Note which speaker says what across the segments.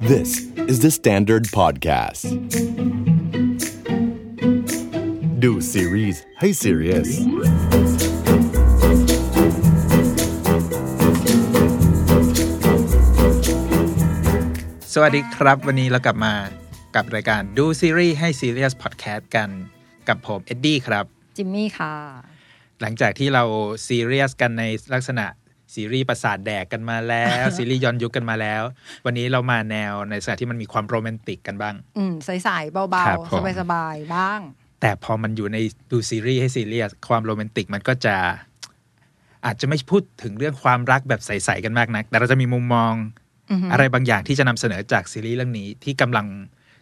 Speaker 1: This is the Standard Podcast. Do series ให้ serious
Speaker 2: สวัสดีครับวันนี้เรากลับมากับรายการดูซีรีส์ให้ Serious Podcast กันกับผมเอ็ดดี้ครับ
Speaker 3: จิมมี่ค่ะ
Speaker 2: หลังจากที่เราซีเรียสกันในลักษณะซีรีส์ประสาทแดกกันมาแล้ว ซีรีส์ย้อนยุคกันมาแล้ว วันนี้เรามาแนวในสถานที่มันมีความโรแมนติกกันบ้าง
Speaker 3: อืมใสๆเบา
Speaker 2: ครับผ
Speaker 3: ๆ
Speaker 2: ม
Speaker 3: สบายๆ บ้าง
Speaker 2: แต่พอมันอยู่ในดูซีรีส์ให้ซีเรียสความโรแมนติกมันก็จะ อาจจะไม่พูดถึงเรื่องความรักแบบใสๆกันมากนัก แต่เราจะมีมุมมอง
Speaker 3: อือฮึ
Speaker 2: อะไรบางอย่างที่จะนำเสนอจากซีรีส์เรื่องนี้ที่กำลัง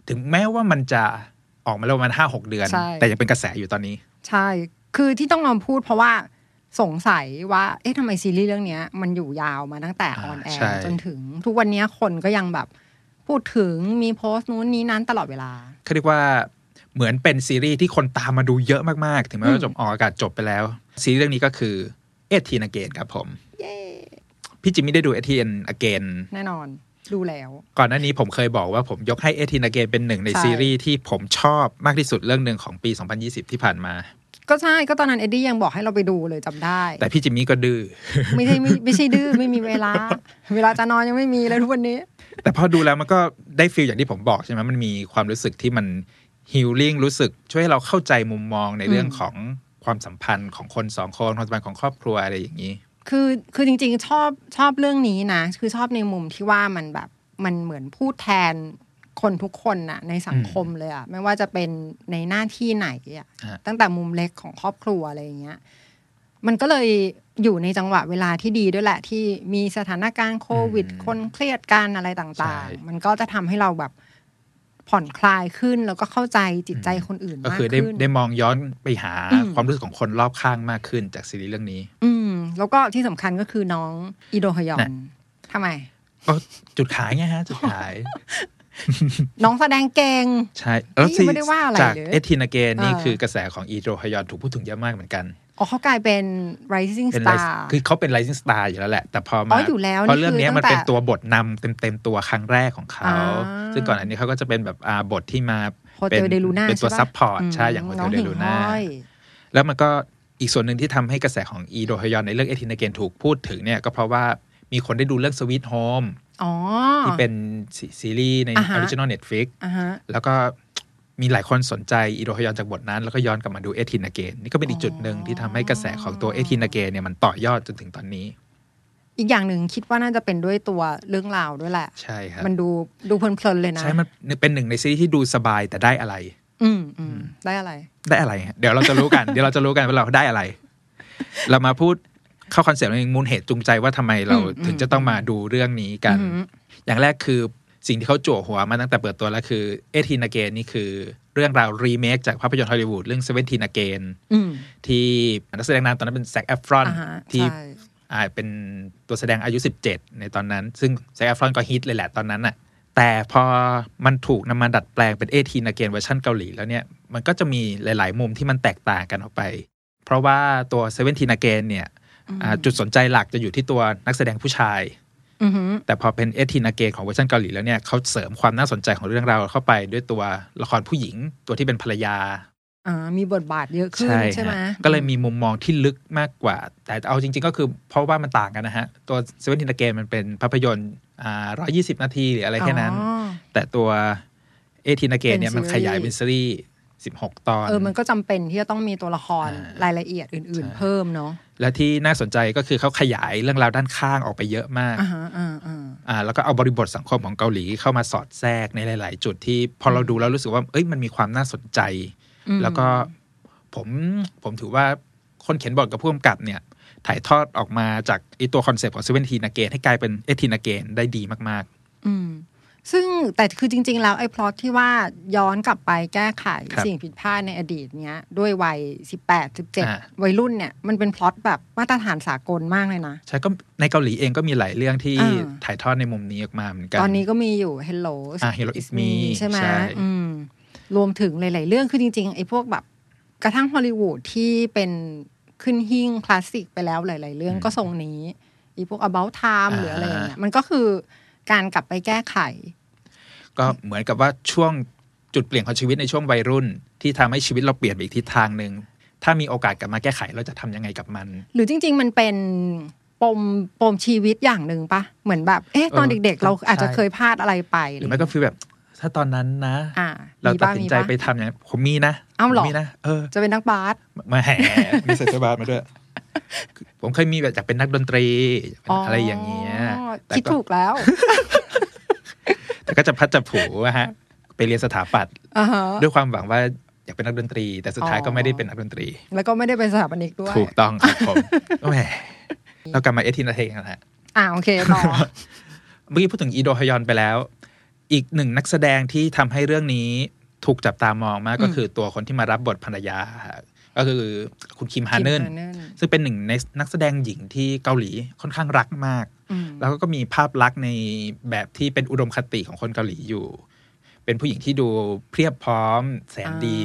Speaker 2: ถึงแม้ว่ามันจะออกมาแล้วประมันห้าหกเดือน
Speaker 3: ใช่
Speaker 2: แต่ยังเป็นกระแสอยู่ตอนนี้
Speaker 3: ใช่ คือที่ต้องมาพูดเพราะว่าสงสัยว่า เอ๊ะทำไมซีรีส์เรื่องเนี้ย มันอยู่ยาวมาตั้งแต่อ
Speaker 2: อ่า
Speaker 3: อนแอ
Speaker 2: ใช่
Speaker 3: ร์จนถึง ทุกวันเนี้ยคนก็ยังแบบพูดถึงมีโพสต์นู้นนี้นั้นตลอดเวลา
Speaker 2: เขาเรียกว่าเหมือนเป็นซีรีส์ที่คนตามมาดูเยอะมากๆ ถึงแม้ว่าจะออกอากาศจบไปแล้ว ซีรีส์เรื่องนี้ก็คือเอทีนเกนครับผมพี่จิมมี่ได้ดูเอทีนเกน
Speaker 3: แน่นอนดูแล้ว
Speaker 2: ก่อนหน้านี้ผมเคยบอกว่าผมยกให้เอทีนาเกนเป็นหนึ่งใน
Speaker 3: ใช่
Speaker 2: ซีรีส์ที่ผมชอบมากที่สุดเรื่องหนึ่งของปี 2020 ที่ผ่านมา
Speaker 3: ก็ใช่ ก็ตอนนั้นเอ็ดดี้ยังบอกให้เราไปดูเลยจำได้
Speaker 2: แต่พี่จิมมี่ก็ดื้อ
Speaker 3: ไม่ใช่ไม่ไม่ใช่ดื้อไม่มีเวลา เวลาจะนอนยังไม่มีเลยทุกวันนี้
Speaker 2: แต่พอดูแล้วมันก็ได้ฟีลอย่างที่ผมบอกใช่ไหมมันมีความรู้สึกที่มันฮิลลิ่งรู้สึกช่วยให้เราเข้าใจมุมมองในเรื่องของความสัมพันธ์ของคนสองคนความสัมพันธ์ของครอบครัวอะไรอย่างนี้
Speaker 3: คือคือจริงๆชอบชอบเรื่องนี้นะ คือชอบในมุมที่ว่ามันแบบมันเหมือนพูดแทนคนทุกคนน่ะ ในสังคมเลยอะไม่ว่าจะเป็นในหน้าที่ไหนอะ
Speaker 2: ฮะ
Speaker 3: ตั้งแต่มุมเล็กของครอบครัวอะไรอย่างเงี้ยมันก็เลยอยู่ในจังหวะเวลาที่ดีด้วยแหละ ที่มีสถานการณ์โควิด คนเครียดกันอะไรต่างๆ มันก็จะทำให้เราแบบผ่อนคลายขึ้นแล้วก็เข้าใจจิตใจคนอื่น
Speaker 2: ก็
Speaker 3: มาก
Speaker 2: คือได้
Speaker 3: ขึ้น
Speaker 2: ได้มองย้อนไปหา
Speaker 3: อืม
Speaker 2: ความรู้สึกของคนรอบข้างมากขึ้นจากซีรีส์เรื่องนี้
Speaker 3: อืม แล้วก็ที่สำคัญก็คือน้องอิโดฮยอ
Speaker 2: น่ะ
Speaker 3: นทำไม
Speaker 2: ก็จุดขายไงฮะจุดขาย
Speaker 3: น้องแสดงเก่ง
Speaker 2: ใช่
Speaker 3: นี่ยังไม่ได้ว่าอะไรเลย
Speaker 2: จากเอทีนาเกนนี่
Speaker 3: เออ
Speaker 2: คือกระแสของอีโดฮยอนถูกพูดถึงเยอะมากเหมือนกัน
Speaker 3: อ๋อเขากลายเป็น rising
Speaker 2: เป็น
Speaker 3: star
Speaker 2: rising- คือเขาเป็น rising star อยู่แล้วแหละ แต่พอ
Speaker 3: อ๋
Speaker 2: มา
Speaker 3: ออยู่แล้ว
Speaker 2: เพราะ
Speaker 3: นี่คือ
Speaker 2: เรื่องเนี้ยมัน
Speaker 3: ตั้งแต่
Speaker 2: เป็นตัวบทนำเต็มๆตัวครั้งแรกของเขา
Speaker 3: อ่า
Speaker 2: ซึ่งก่อนอันนี้เขาก็จะเป็นแบบอ่าบทที่มา
Speaker 3: Hotel
Speaker 2: เป็น
Speaker 3: de Luna
Speaker 2: เป็นตัว
Speaker 3: ใช่ปะ
Speaker 2: ซัพพอร์ตใช่อย่าง
Speaker 3: น้
Speaker 2: Hotel
Speaker 3: อง
Speaker 2: de
Speaker 3: หิ่ง
Speaker 2: Luna
Speaker 3: ห้อย
Speaker 2: แล้วมันก็อีกส่วนหนึ่งที่ทำให้กระแสของอีโดฮยอนในเรื่องเอทินาเกนถูกพูดถึงเนี่ยก็เพราะว่ามีคนได้ดูเรื่อง Sweet Home
Speaker 3: อ๋อ
Speaker 2: ที่เป็นซีซีรีส์ใน
Speaker 3: อ่าฮะ
Speaker 2: Original Netflix
Speaker 3: อ่ะฮะ
Speaker 2: แล้วก็มีหลายคนสนใจอีโดฮยอนจากบทนั้น แล้วก็ย้อนกลับมาดูเอทินาเกนนี่ก็เป็นอีกจุดหนึ่งที่ทำให้กระแสของตัวเอทินาเกนเนี่ยมันต่อยอดจนถึงตอนนี้
Speaker 3: อีกอย่างหนึ่งคิดว่าน่าจะเป็นด้วยตัวเรื่องราวด้วยแหละ
Speaker 2: ใช่ครับ
Speaker 3: มันดูดูเพลินๆเลยนะ
Speaker 2: ใช่มันเป็นหนึ่งในซีรีส์ที่ดูสบายแต่ได้อะไร
Speaker 3: อืมอืมได้อะไร
Speaker 2: ได้อะไรฮะเดี๋ยวเราจะรู้กัน เดี๋ยวเราจะรู้กันว่าเราได้อะไร เรามาพูดเข้าคอนเซปต์ในมูลเหตุจูงใจว่าทำไมเรา
Speaker 3: อืม
Speaker 2: ถึงจะต้องมาดูเรื่องนี้กัน
Speaker 3: อืม
Speaker 2: อย่างแรกคือสิ่งที่เขาจั่วหัวมาตั้งแต่เปิดตัวแล้วคือเอทีนาเกนนี่คือเรื่องราวรีเมคจากภาพยนตร์ฮอลลีวูดเรื่องเซเว่นทีนาเกน
Speaker 3: อืม
Speaker 2: ที่นักแสดงนำตอนนั้นเป็นแซคแอฟรอน
Speaker 3: อ่ะฮะ
Speaker 2: ที่
Speaker 3: ใช่
Speaker 2: อ่าเป็นตัวแสดงอายุ 17 ในตอนนั้น ซึ่งแซคแอฟรอนก็ฮิตเลยแหละตอนนั้นน่ะแต่พอมันถูกนำมาดัดแปลงเป็นเอทีนาเกนเวอร์ชันเกาหลีแล้วเนี่ยมันก็จะมีหลาย ๆ มุมที่มันแตกต่างกันออกไป เพราะว่าตัวเซเว่นทีนาเกนเนี่ยอ่าจุดสนใจหลักจะอยู่ที่ตัวนักแสดงผู้ชาย
Speaker 3: อือฮึ
Speaker 2: แต่พอเป็นเอทีนาเกนของเวอร์ชันเกาหลีแล้วเนี่ยเขาเสริมความน่าสนใจของเรื่องราวเข้าไปด้วยตัวละครผู้หญิง ตัวที่เป็นภรรยา
Speaker 3: อ่ามีบทบาทเยอะขึ้นใช่ไหม
Speaker 2: ฮะก็เลยมีมุมมองที่ลึกมากกว่า แต่เอาจริง ๆ ก็คือเพราะว่ามันต่างกันนะฮะ ตัวเซเว่นทินเกมมันเป็นภาพยนตร์อ่าร้อยี่สิบนาทีหรืออะไรแค่นั้น
Speaker 3: อ๋อ
Speaker 2: แต่ตัวเอทินเกม
Speaker 3: เป็น
Speaker 2: เนี่ยมัน
Speaker 3: ซีรีส์
Speaker 2: ขยายเป็นซีรีส์สิบหกตอน
Speaker 3: เออมันก็จำเป็นที่จะต้องมีตัวละคร
Speaker 2: อ่าร
Speaker 3: รายละเอียดอื่น
Speaker 2: ใช่
Speaker 3: ๆ เพิ่มเนาะ
Speaker 2: และที่น่าสนใจก็คือเขาขยายเรื่องราวด้านข้างออกไปเยอะมาก
Speaker 3: อ่าฮะอ่าอ่า
Speaker 2: อ่าแล้วก็เอาบริบทสังคมของเกาหลีเข้ามาสอดแทรกในหลาย ๆ จุดที่พอเราดูแล้วรู้สึกว่าเอ้ยมันมีความน่าสนใจ
Speaker 3: อืม
Speaker 2: แล้วก็ผมผมถือว่าคนเขียนบทกับผู้กำกับเนี่ย ถ่ายทอดออกมาจากไอตัวคอนเซปต์ของเซเว่นทีนาเกนให้กลายเป็นเอทีนาเกนได้ดีมาก
Speaker 3: อืมซึ่งแต่คือจริง ๆ แล้วไอ้พล็อตที่ว่าย้อนกลับไปแก้ไข
Speaker 2: ครับ
Speaker 3: สิ่งผิดพลาดในอดีตเนี้ย ด้วยวัย 18
Speaker 2: อ่า
Speaker 3: 17 วัยรุ่นเนี่ย มันเป็นพล็อตแบบมาตรฐานสากลมากเลยนะ
Speaker 2: ๆ ใช่ก็ในเกาหลีเองก็มีหลายเรื่องที่
Speaker 3: อ่า
Speaker 2: ถ่ายทอดในมุมนี้ออกมาเหมือนกัน
Speaker 3: ตอนนี้ก็มีอยู่ Hello
Speaker 2: อ่า Hello It's Me
Speaker 3: ใช่ไหม
Speaker 2: ใช่
Speaker 3: อืมรวมถึงหลาย ๆ เรื่องคือจริง ๆ ไอ้พวกแบบกระทั่งฮอลลีวูดที่เป็นขึ้นหิ้งคลาสสิกไปแล้วหลาย ๆ เรื่องก็ทรงนี้ไอีพวก about time หรืออะไรอย่างเงี้ยมันก็คือการกลับไปแก้ไข
Speaker 2: ก็เหมือนกับว่าช่วงจุดเปลี่ยนของชีวิตในช่วงวัยรุ่น ที่ทำให้ชีวิตเราเปลี่ยนไปอีกทิศทางหนึ่งถ้ามีโอกาสกลับมาแก้ไขเราจะทำยังไงกับมัน
Speaker 3: หรือจริง ๆ มันเป็นปมปมชีวิตอย่างหนึ่งปะเหมือนแบบ เอ๊ะตอน
Speaker 2: เออ
Speaker 3: เด็ก ๆ เรา
Speaker 2: ใช่
Speaker 3: อาจจะเคยพลาดอะไรไป
Speaker 2: หรือไม่ก็ฟีลแบบถ้าตอนนั้นนะ
Speaker 3: อ่า
Speaker 2: เรา
Speaker 3: มี
Speaker 2: ตัด
Speaker 3: บ้าง
Speaker 2: สิน
Speaker 3: มี
Speaker 2: ใจ
Speaker 3: บ้าง
Speaker 2: ไปทำอย่างนั้นผมมีนะ
Speaker 3: อ้าวเหร
Speaker 2: ผ
Speaker 3: อ
Speaker 2: มมีนะเออ
Speaker 3: จะเป็นนักบาส
Speaker 2: มาแห่ มีใส่เสื้อบาสมาด้วย ผมเคยมีแบบอยากเป็นนักดนตรีเป็นอะไรอย่างเงี้ยแต่
Speaker 3: คิด
Speaker 2: ก็
Speaker 3: ถูกแล้ว
Speaker 2: แต่ก็จะพัดจะผูอะฮะ ไปเรียนสถาปัตย์
Speaker 3: อ่าฮะ
Speaker 2: ด้วยความหวังว่าอยากเป็นนักดนตรี แต่สุดท้าย
Speaker 3: อ๋อ
Speaker 2: ก็ไม่ได้เป็นนักดนตรี
Speaker 3: แล้วก็ไม่ได้เป็นสถาปนิกด้วย
Speaker 2: ถูกต้องครับผม แหมเรากลับมาเอทินาเทงนะฮะ
Speaker 3: อ่าโอเคต่อ
Speaker 2: เมื่อกี้พูดถึงอีโดฮยอนไปแล้ว อีกหนึ่งนักแสดงที่ทำให้เรื่องนี้ถูกจับตามองมากก็คือตัวคนที่มารับบทภรรยาฮะก็คือคุณคิมฮาเนน
Speaker 3: Kim Ha-neul
Speaker 2: ซึ่งเป็นหนึ่งในนักแสดงหญิงที่เกาหลีค่อนข้างรักมาก
Speaker 3: อืม
Speaker 2: แล้วก็มีภาพลักษณ์ในแบบที่เป็นอุดมคติของคนเกาหลีอยู่ เป็นผู้หญิงที่ดูเพรียบพร้อม แสนดี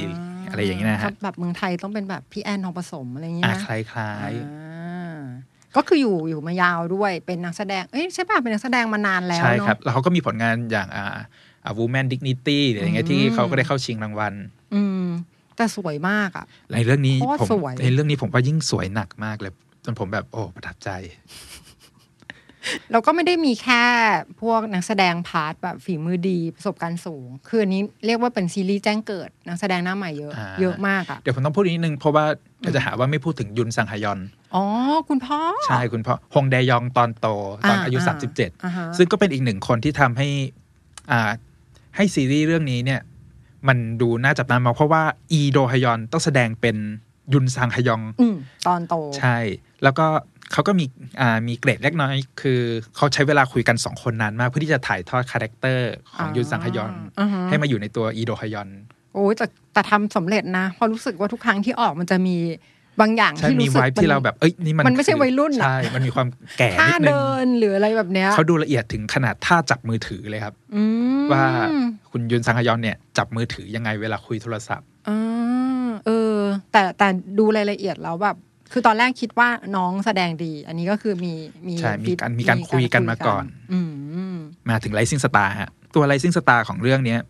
Speaker 2: อะไรอย่างนี้นะ
Speaker 3: ครั
Speaker 2: ฮะ
Speaker 3: บแบบเมืองไทยต้องเป็นแบบพี่แอนทองผสมอะไรอย่างเงี้
Speaker 2: อ่ะ
Speaker 3: ยนะ
Speaker 2: คล้าย
Speaker 3: อ่าก็คืออยู่อยู่มายาวด้วยเป็นนักแสดง เอ้ยใช่ป่ะเป็นนักแสดงมานาน
Speaker 2: ๆ
Speaker 3: แล้ว
Speaker 2: ใช่
Speaker 3: เนาะ
Speaker 2: ครับ แล้วเขาก็มีผลงานอย่างอ่าอ่า Woman Dignity หรืออะไรเงี้ยที่
Speaker 3: อืม
Speaker 2: เขาก็ได้เข้าชิงรางวัล
Speaker 3: อืม แต่สวยมากอ่ะ
Speaker 2: ในเรื่องนี้
Speaker 3: โคตร
Speaker 2: ผม
Speaker 3: สวย
Speaker 2: ในเรื่องนี้ผมว่ายิ่งสวยหนักมากเลยจนผมแบบโอ้ประทับใจ
Speaker 3: เราก็ไม่ได้มีแค่พวกนักแสดงพาร์ทแบบฝีมือดีประสบการณ์สูง คืออันนี้เรียกว่าเป็นซีรีส์แจ้งเกิด นักแสดงหน้าใหม่เยอะ
Speaker 2: อ่า
Speaker 3: เยอะมากอ่ะ
Speaker 2: เดี๋ยวผมต้องพูดอีกนิดนึง เพราะว่าเดี๋ยวจะหาว่าไม่พูดถึงยุนซังฮยอน
Speaker 3: อ๋อ คุณพ่อ
Speaker 2: ใช่คุณพ่อฮงแดยองตอนโต ตอน
Speaker 3: อ่า
Speaker 2: อายุ
Speaker 3: อ่าอ่าฮะ
Speaker 2: 37 ซึ่งก็เป็นอีกหนึ่งคนที่ทำให้อ่าให้ซีรีส์เรื่องนี้เนี่ย มันดูน่าจับตามองเพราะว่าอีโดฮยอนต้องแสดงเป็นยุนซังฮยอง
Speaker 3: อืมตอนโต
Speaker 2: ใช่ แล้วก็เขาก็มีอ่ามีเกรดเล็กน้อย คือเขาใช้เวลาคุยกันสองคนนานมากเพื่อที่จะถ่ายทอดคาแรคเตอร์ของ
Speaker 3: อ่ายุ
Speaker 2: ยุนซังฮยอน
Speaker 3: อือฮะ
Speaker 2: ให้มาอยู่ในตัวอีโดฮยอน
Speaker 3: โอ้ยแต่แต่ทำสำเร็จนะเพราะรู้สึกว่าทุกครั้งที่ออกมันจะมีบางอย่าง
Speaker 2: ใช่
Speaker 3: ที่
Speaker 2: มี
Speaker 3: รู้สึ
Speaker 2: ไว
Speaker 3: ก
Speaker 2: ท์ที่เราแบบ เอ้ย นี่มัน
Speaker 3: มันไม่ใช่
Speaker 2: คือ
Speaker 3: วัยรุ่นอะ
Speaker 2: ใช่ มันมีความแก่
Speaker 3: ท่า
Speaker 2: นิดนึง
Speaker 3: เดินหรืออะไรแบบเนี้ย
Speaker 2: เขาดูละเอียดถึงขนาดท่าจับมือถือเลยครับ
Speaker 3: อืม
Speaker 2: ว่าคุณยุนซังฮยอนเนี่ย จับมือถือยังไงเวลาคุยโทรศัพท์
Speaker 3: อ่าเออ แต่แต่ดูรายละเอียดแล้วแบบ คือตอนแรกคิดว่าน้องแสดงดี อันนี้ก็คือมีมี
Speaker 2: ใช่มีการมีการคุยกันมาก่อน
Speaker 3: อืม
Speaker 2: มาถึง Rising Star ฮะ ตัว Rising Star ของเรื่องเนี้ย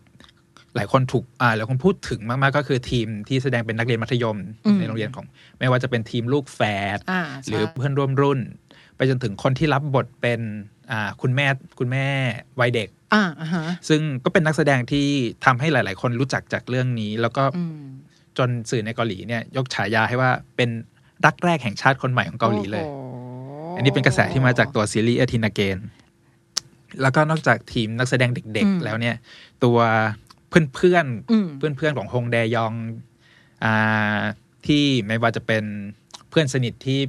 Speaker 2: หลายคนถูกอ่าหลายคนพูดถึงมาก ๆ ก็คือทีมที่แสดงเป็นนักเรียนมัธยม
Speaker 3: อืม
Speaker 2: ในโรงเรียนของ ไม่ว่าจะเป็นทีมลูกแฝด
Speaker 3: อ่าใช่
Speaker 2: หรือเพื่อนร่วมรุ่น ไปจนถึงคนที่รับบทเป็นอ่าคุณแม่คุณแม่วัยเด็ก
Speaker 3: อ่าอ่าฮะ
Speaker 2: ซึ่งก็เป็นนักแสดงที่ทำให้หลาย ๆ คนรู้จักจากเรื่องนี้ แล้วก็
Speaker 3: อืม
Speaker 2: จนสื่อในเกาหลีเนี่ยยกฉายาให้ว่าเป็นรักแรกแห่งชาติคนใหม่ของเกาหลีเลย
Speaker 3: โอ้โห
Speaker 2: อันนี้เป็นกระแสที่มาจากตัวซีรีส์เอทินาเกน แล้วก็นอกจากทีมนักแสดงเด็ก ๆ แล้วเนี่ย ตัวเพื่อนเพื่อน
Speaker 3: อืม
Speaker 2: เพื่อนเพื่อนๆของฮงแดยองอ่าที่ไม่ว่าจะเป็นเพื่อนสนิทที่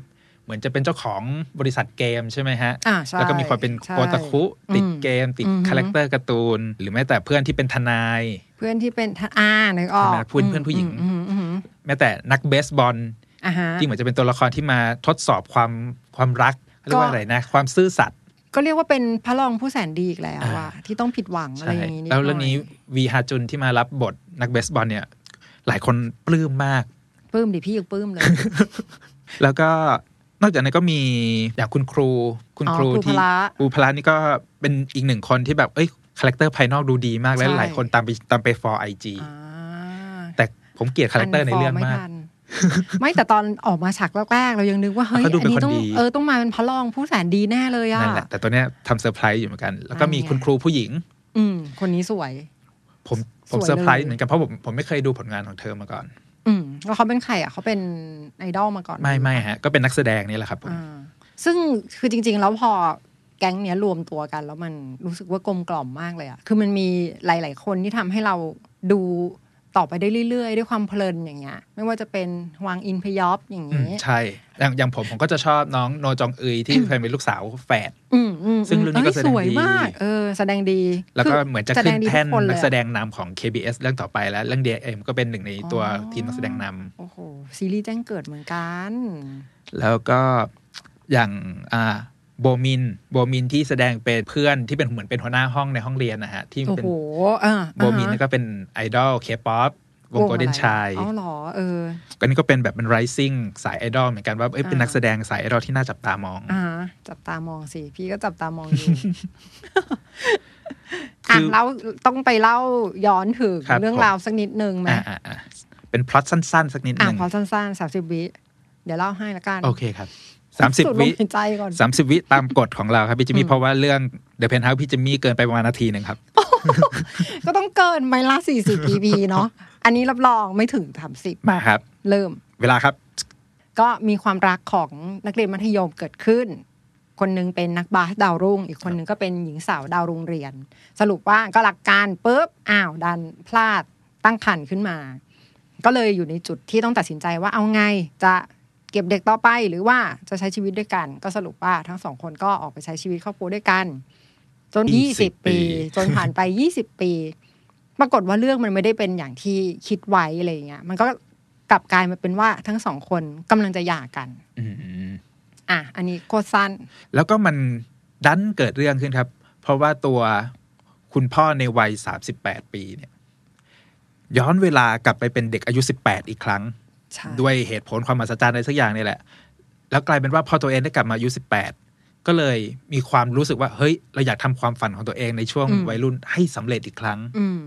Speaker 2: เหมือนจะเป็นเจ้าของบริษัทเกมใช่ไหมฮะ
Speaker 3: อ่าใช่
Speaker 2: แล้วก็มีความเป็น
Speaker 3: ใช่
Speaker 2: โกตาคุติด
Speaker 3: อืม
Speaker 2: เกม ติด
Speaker 3: อือฮึ
Speaker 2: คาแรคเตอร์การ์ตูน หรือแม้แต่เพื่อนที่เป็นทนาย
Speaker 3: เพื่อนที่เป็นท่าอ่านึกออก
Speaker 2: ใช่ไหมเพื่อนเพื่อนผู้หญิง
Speaker 3: อืมอืมอืม
Speaker 2: แม้แต่นักเบสบอล
Speaker 3: อ่าฮะ
Speaker 2: ที่เหมือนจะเป็นตัวละครที่มาทดสอบความความรักเขาเรียกว่า
Speaker 3: ก็
Speaker 2: อะไรนะ ความซื่อสัตย์
Speaker 3: ก็เรียกว่าเป็นพระรองผู้แสนดีอีกแล้ว
Speaker 2: อ่า
Speaker 3: อะที่ต้องผิดหวังอะไร
Speaker 2: ใช่
Speaker 3: อย่างนี้นิดห
Speaker 2: แล้ว
Speaker 3: น่อย
Speaker 2: เรื่องนี้วีฮาจุนที่มารับบทนักเบสบอลเนี่ย หลายคนปลื้มมาก
Speaker 3: ปลื้มดิพี่ยังปลื้มเลย
Speaker 2: แล้วก็นอกจากนั้นก็มีอย่างคุณครู คุณ
Speaker 3: อ๋อ
Speaker 2: ครู
Speaker 3: ครู
Speaker 2: ที่
Speaker 3: พละ
Speaker 2: ครูพละนี่ก็เป็นอีกหนึ่งคนที่แบบเอ้ยคาแรคเตอร์ภายนอกดูดีมากและ
Speaker 3: ใช่
Speaker 2: หลายคนตามไปตามไปฟอร์ไอจี
Speaker 3: อ่า
Speaker 2: แต่ผมเกลียดคาแรคเตอร์ในเรื่อง
Speaker 3: ฟ
Speaker 2: มาก
Speaker 3: ไทันไม่แต่ตอน ออกมาฉากแรกๆเรายังนึกว่าเฮ้ย
Speaker 2: เขาดู
Speaker 3: อั
Speaker 2: เป็น
Speaker 3: นี้
Speaker 2: คน
Speaker 3: ต้อง
Speaker 2: ดี
Speaker 3: เออต้องมาเป็นพระรองผู้แสนดีแน่เลยอะ
Speaker 2: นั่นแหละแต่ตัวเนี้ยทำเซอร์ไพรส์อยู่เหมือนกัน แล้วก็มีคุณครูผู้หญิง
Speaker 3: อืม คนนี้สวย
Speaker 2: ผมผม
Speaker 3: สวยเลย
Speaker 2: เซอร์ไพรส์เหมือนกันเพราะผมผมไม่เคยดูผลงานของเธอมาก่อน
Speaker 3: อืมแล้วเขาเป็นใครอะเขาเป็นไอดอลมาก่อน
Speaker 2: ไม่ไม่ฮะ ก็เป็นนักแสดงนี่แหละครับผม
Speaker 3: อ่าซึ่งคือจริง ๆ แล้วพอแก๊งเนี้ยรวมตัวกัน แล้วมันรู้สึกว่ากลมกล่อมมากเลยอะคือมันมีหลาย ๆ คนที่ทำให้เราดูต่อไปได้เรื่อยๆ ด้วยความเพลินอย่างเงี้ย ไม่ว่าจะเป็นฮวางอินพยอบอย่าง
Speaker 2: อืม
Speaker 3: งี้
Speaker 2: ใช่อย่างอย่างผมผมก็จะชอบน้องโนจองเอยที่ เคยเป็นลูกสาวแฝด
Speaker 3: อืมอืม
Speaker 2: ซึ่งเรื่องนี้ก็
Speaker 3: ย
Speaker 2: แสดงดี
Speaker 3: สวยมาก เออ แสดงดี
Speaker 2: แล้วก็
Speaker 3: คื
Speaker 2: เหมือนจะ
Speaker 3: สด
Speaker 2: ขึ้
Speaker 3: ง
Speaker 2: น
Speaker 3: ดีทุ
Speaker 2: แท่น
Speaker 3: ค
Speaker 2: นั
Speaker 3: เลย
Speaker 2: ก
Speaker 3: อะ
Speaker 2: แสดงนำของ KBS เรื่องต่อไปแล้ว เรื่อง DIM ก็เป็นหนึ่งในตัวทีมนักแสดงนำ
Speaker 3: โอ้โห ซีรีส์แจ้งเกิดเหมือนกัน
Speaker 2: แล้วก็อย่างอ่าโบมินโบมินที่แสดงเป็นเพื่อนที่เป็นเหมือนเป็นหัวหน้าห้องในห้องเรียนนะฮะ ที่
Speaker 3: โอ้
Speaker 2: เป็น
Speaker 3: โหเอ่า
Speaker 2: โบมินนี่ก็เป็นไอดอลเคป๊อปวงโกลเด้นชาย
Speaker 3: อ๋อเหรอ เออ
Speaker 2: ก็นี่ก็เป็นแบบเป็น rising สายไอดอลเหมือนกันว่าเอ้ยเป็น
Speaker 3: อ่านั
Speaker 2: นักแสดงสายไอดอลที่น่าจับตามอง
Speaker 3: อ่าจับตามองสิ พี่ก็จับตามองอยู่ อ่ะ
Speaker 2: คือ
Speaker 3: เราต้องไปเล่าย้อนถึง
Speaker 2: ครับ
Speaker 3: เรื่อง
Speaker 2: ผม
Speaker 3: ราวสักนิดนึงไหม
Speaker 2: อ่าอ่าอ่าเป็นพล็อตสั้น ๆ สักนิดห
Speaker 3: อ่ะ
Speaker 2: นึ่ง
Speaker 3: พอสั้นๆสามสิบวิเดี๋ยวเล่าให้ละกัน
Speaker 2: โอเคครับสามสิบ
Speaker 3: ดล
Speaker 2: วิ
Speaker 3: มหายใจก่อน
Speaker 2: สามสิบวิตามกฎของเราครับ พี่จิม
Speaker 3: อื
Speaker 2: มี่
Speaker 3: ม
Speaker 2: เพราะว่าเรื่องเด e p เพน h o u s e พี่จิมมี่เกินไปประมาณนาทีหนึ่งครับ
Speaker 3: ก็ต้องเกินไหมล่ะสี่สิบ EP เนาะอันนี้รับรองไม่ถึงสามสิบ
Speaker 2: มาครับ
Speaker 3: เริ่ม
Speaker 2: เวลาครับ
Speaker 3: ก็มีความรักของนักเรียนมัธยมเกิดขึ้น คนหนึงเป็นนักบาสดาวรุ่ง อีกคนหนึงก็เป็นหญิงสาวดาวโรงเรียน สรุปว่าก็หลักการปุ๊บอ้าวดันพลาดตั้งครรภ์ขึ้นมา ก็เลยอยู่ในจุดที่ต้องตัดสินใจว่าเอาไงจะเก็บเด็กต่อไปหรือว่าจะใช้ชีวิตด้วยกัน ก็สรุปว่าทั้งสองคนก็ออกไปใช้ชีวิตครอบครัวด้วยกัน จน 20
Speaker 2: ปี
Speaker 3: ปี จนผ่านไป 20 ปี ปรากฏว่าเรื่องมันไม่ได้เป็นอย่างที่คิดไว้อะไรอย่างเงี้ยมันก็กลับกลายมาเป็นว่าทั้งสองคนกำลังจะหย่ากัน
Speaker 2: อืม
Speaker 3: อ่ะ อันนี้โคตรสั้น
Speaker 2: แล้วก็มันดันเกิดเรื่องขึ้นครับ เพราะว่าตัวคุณพ่อในวัยสามสิบแปดปีเนี่ย ย้อนเวลากลับไปเป็นเด็กอายุสิบแปดอีกครั้ง
Speaker 3: ใช่
Speaker 2: ด้วยเหตุผลความมหัศจรรย์อะไรสักอย่างเนี่ยแหละ แล้วกลายเป็นว่าพอตัวเองได้กลับมาอายุสิบแปดก็เลยมีความรู้สึกว่าเฮ้ยเราอยากทำความฝันของตัวเองในช่วงวัยรุ่นให้สำเร็จอีกครั้ง
Speaker 3: อืม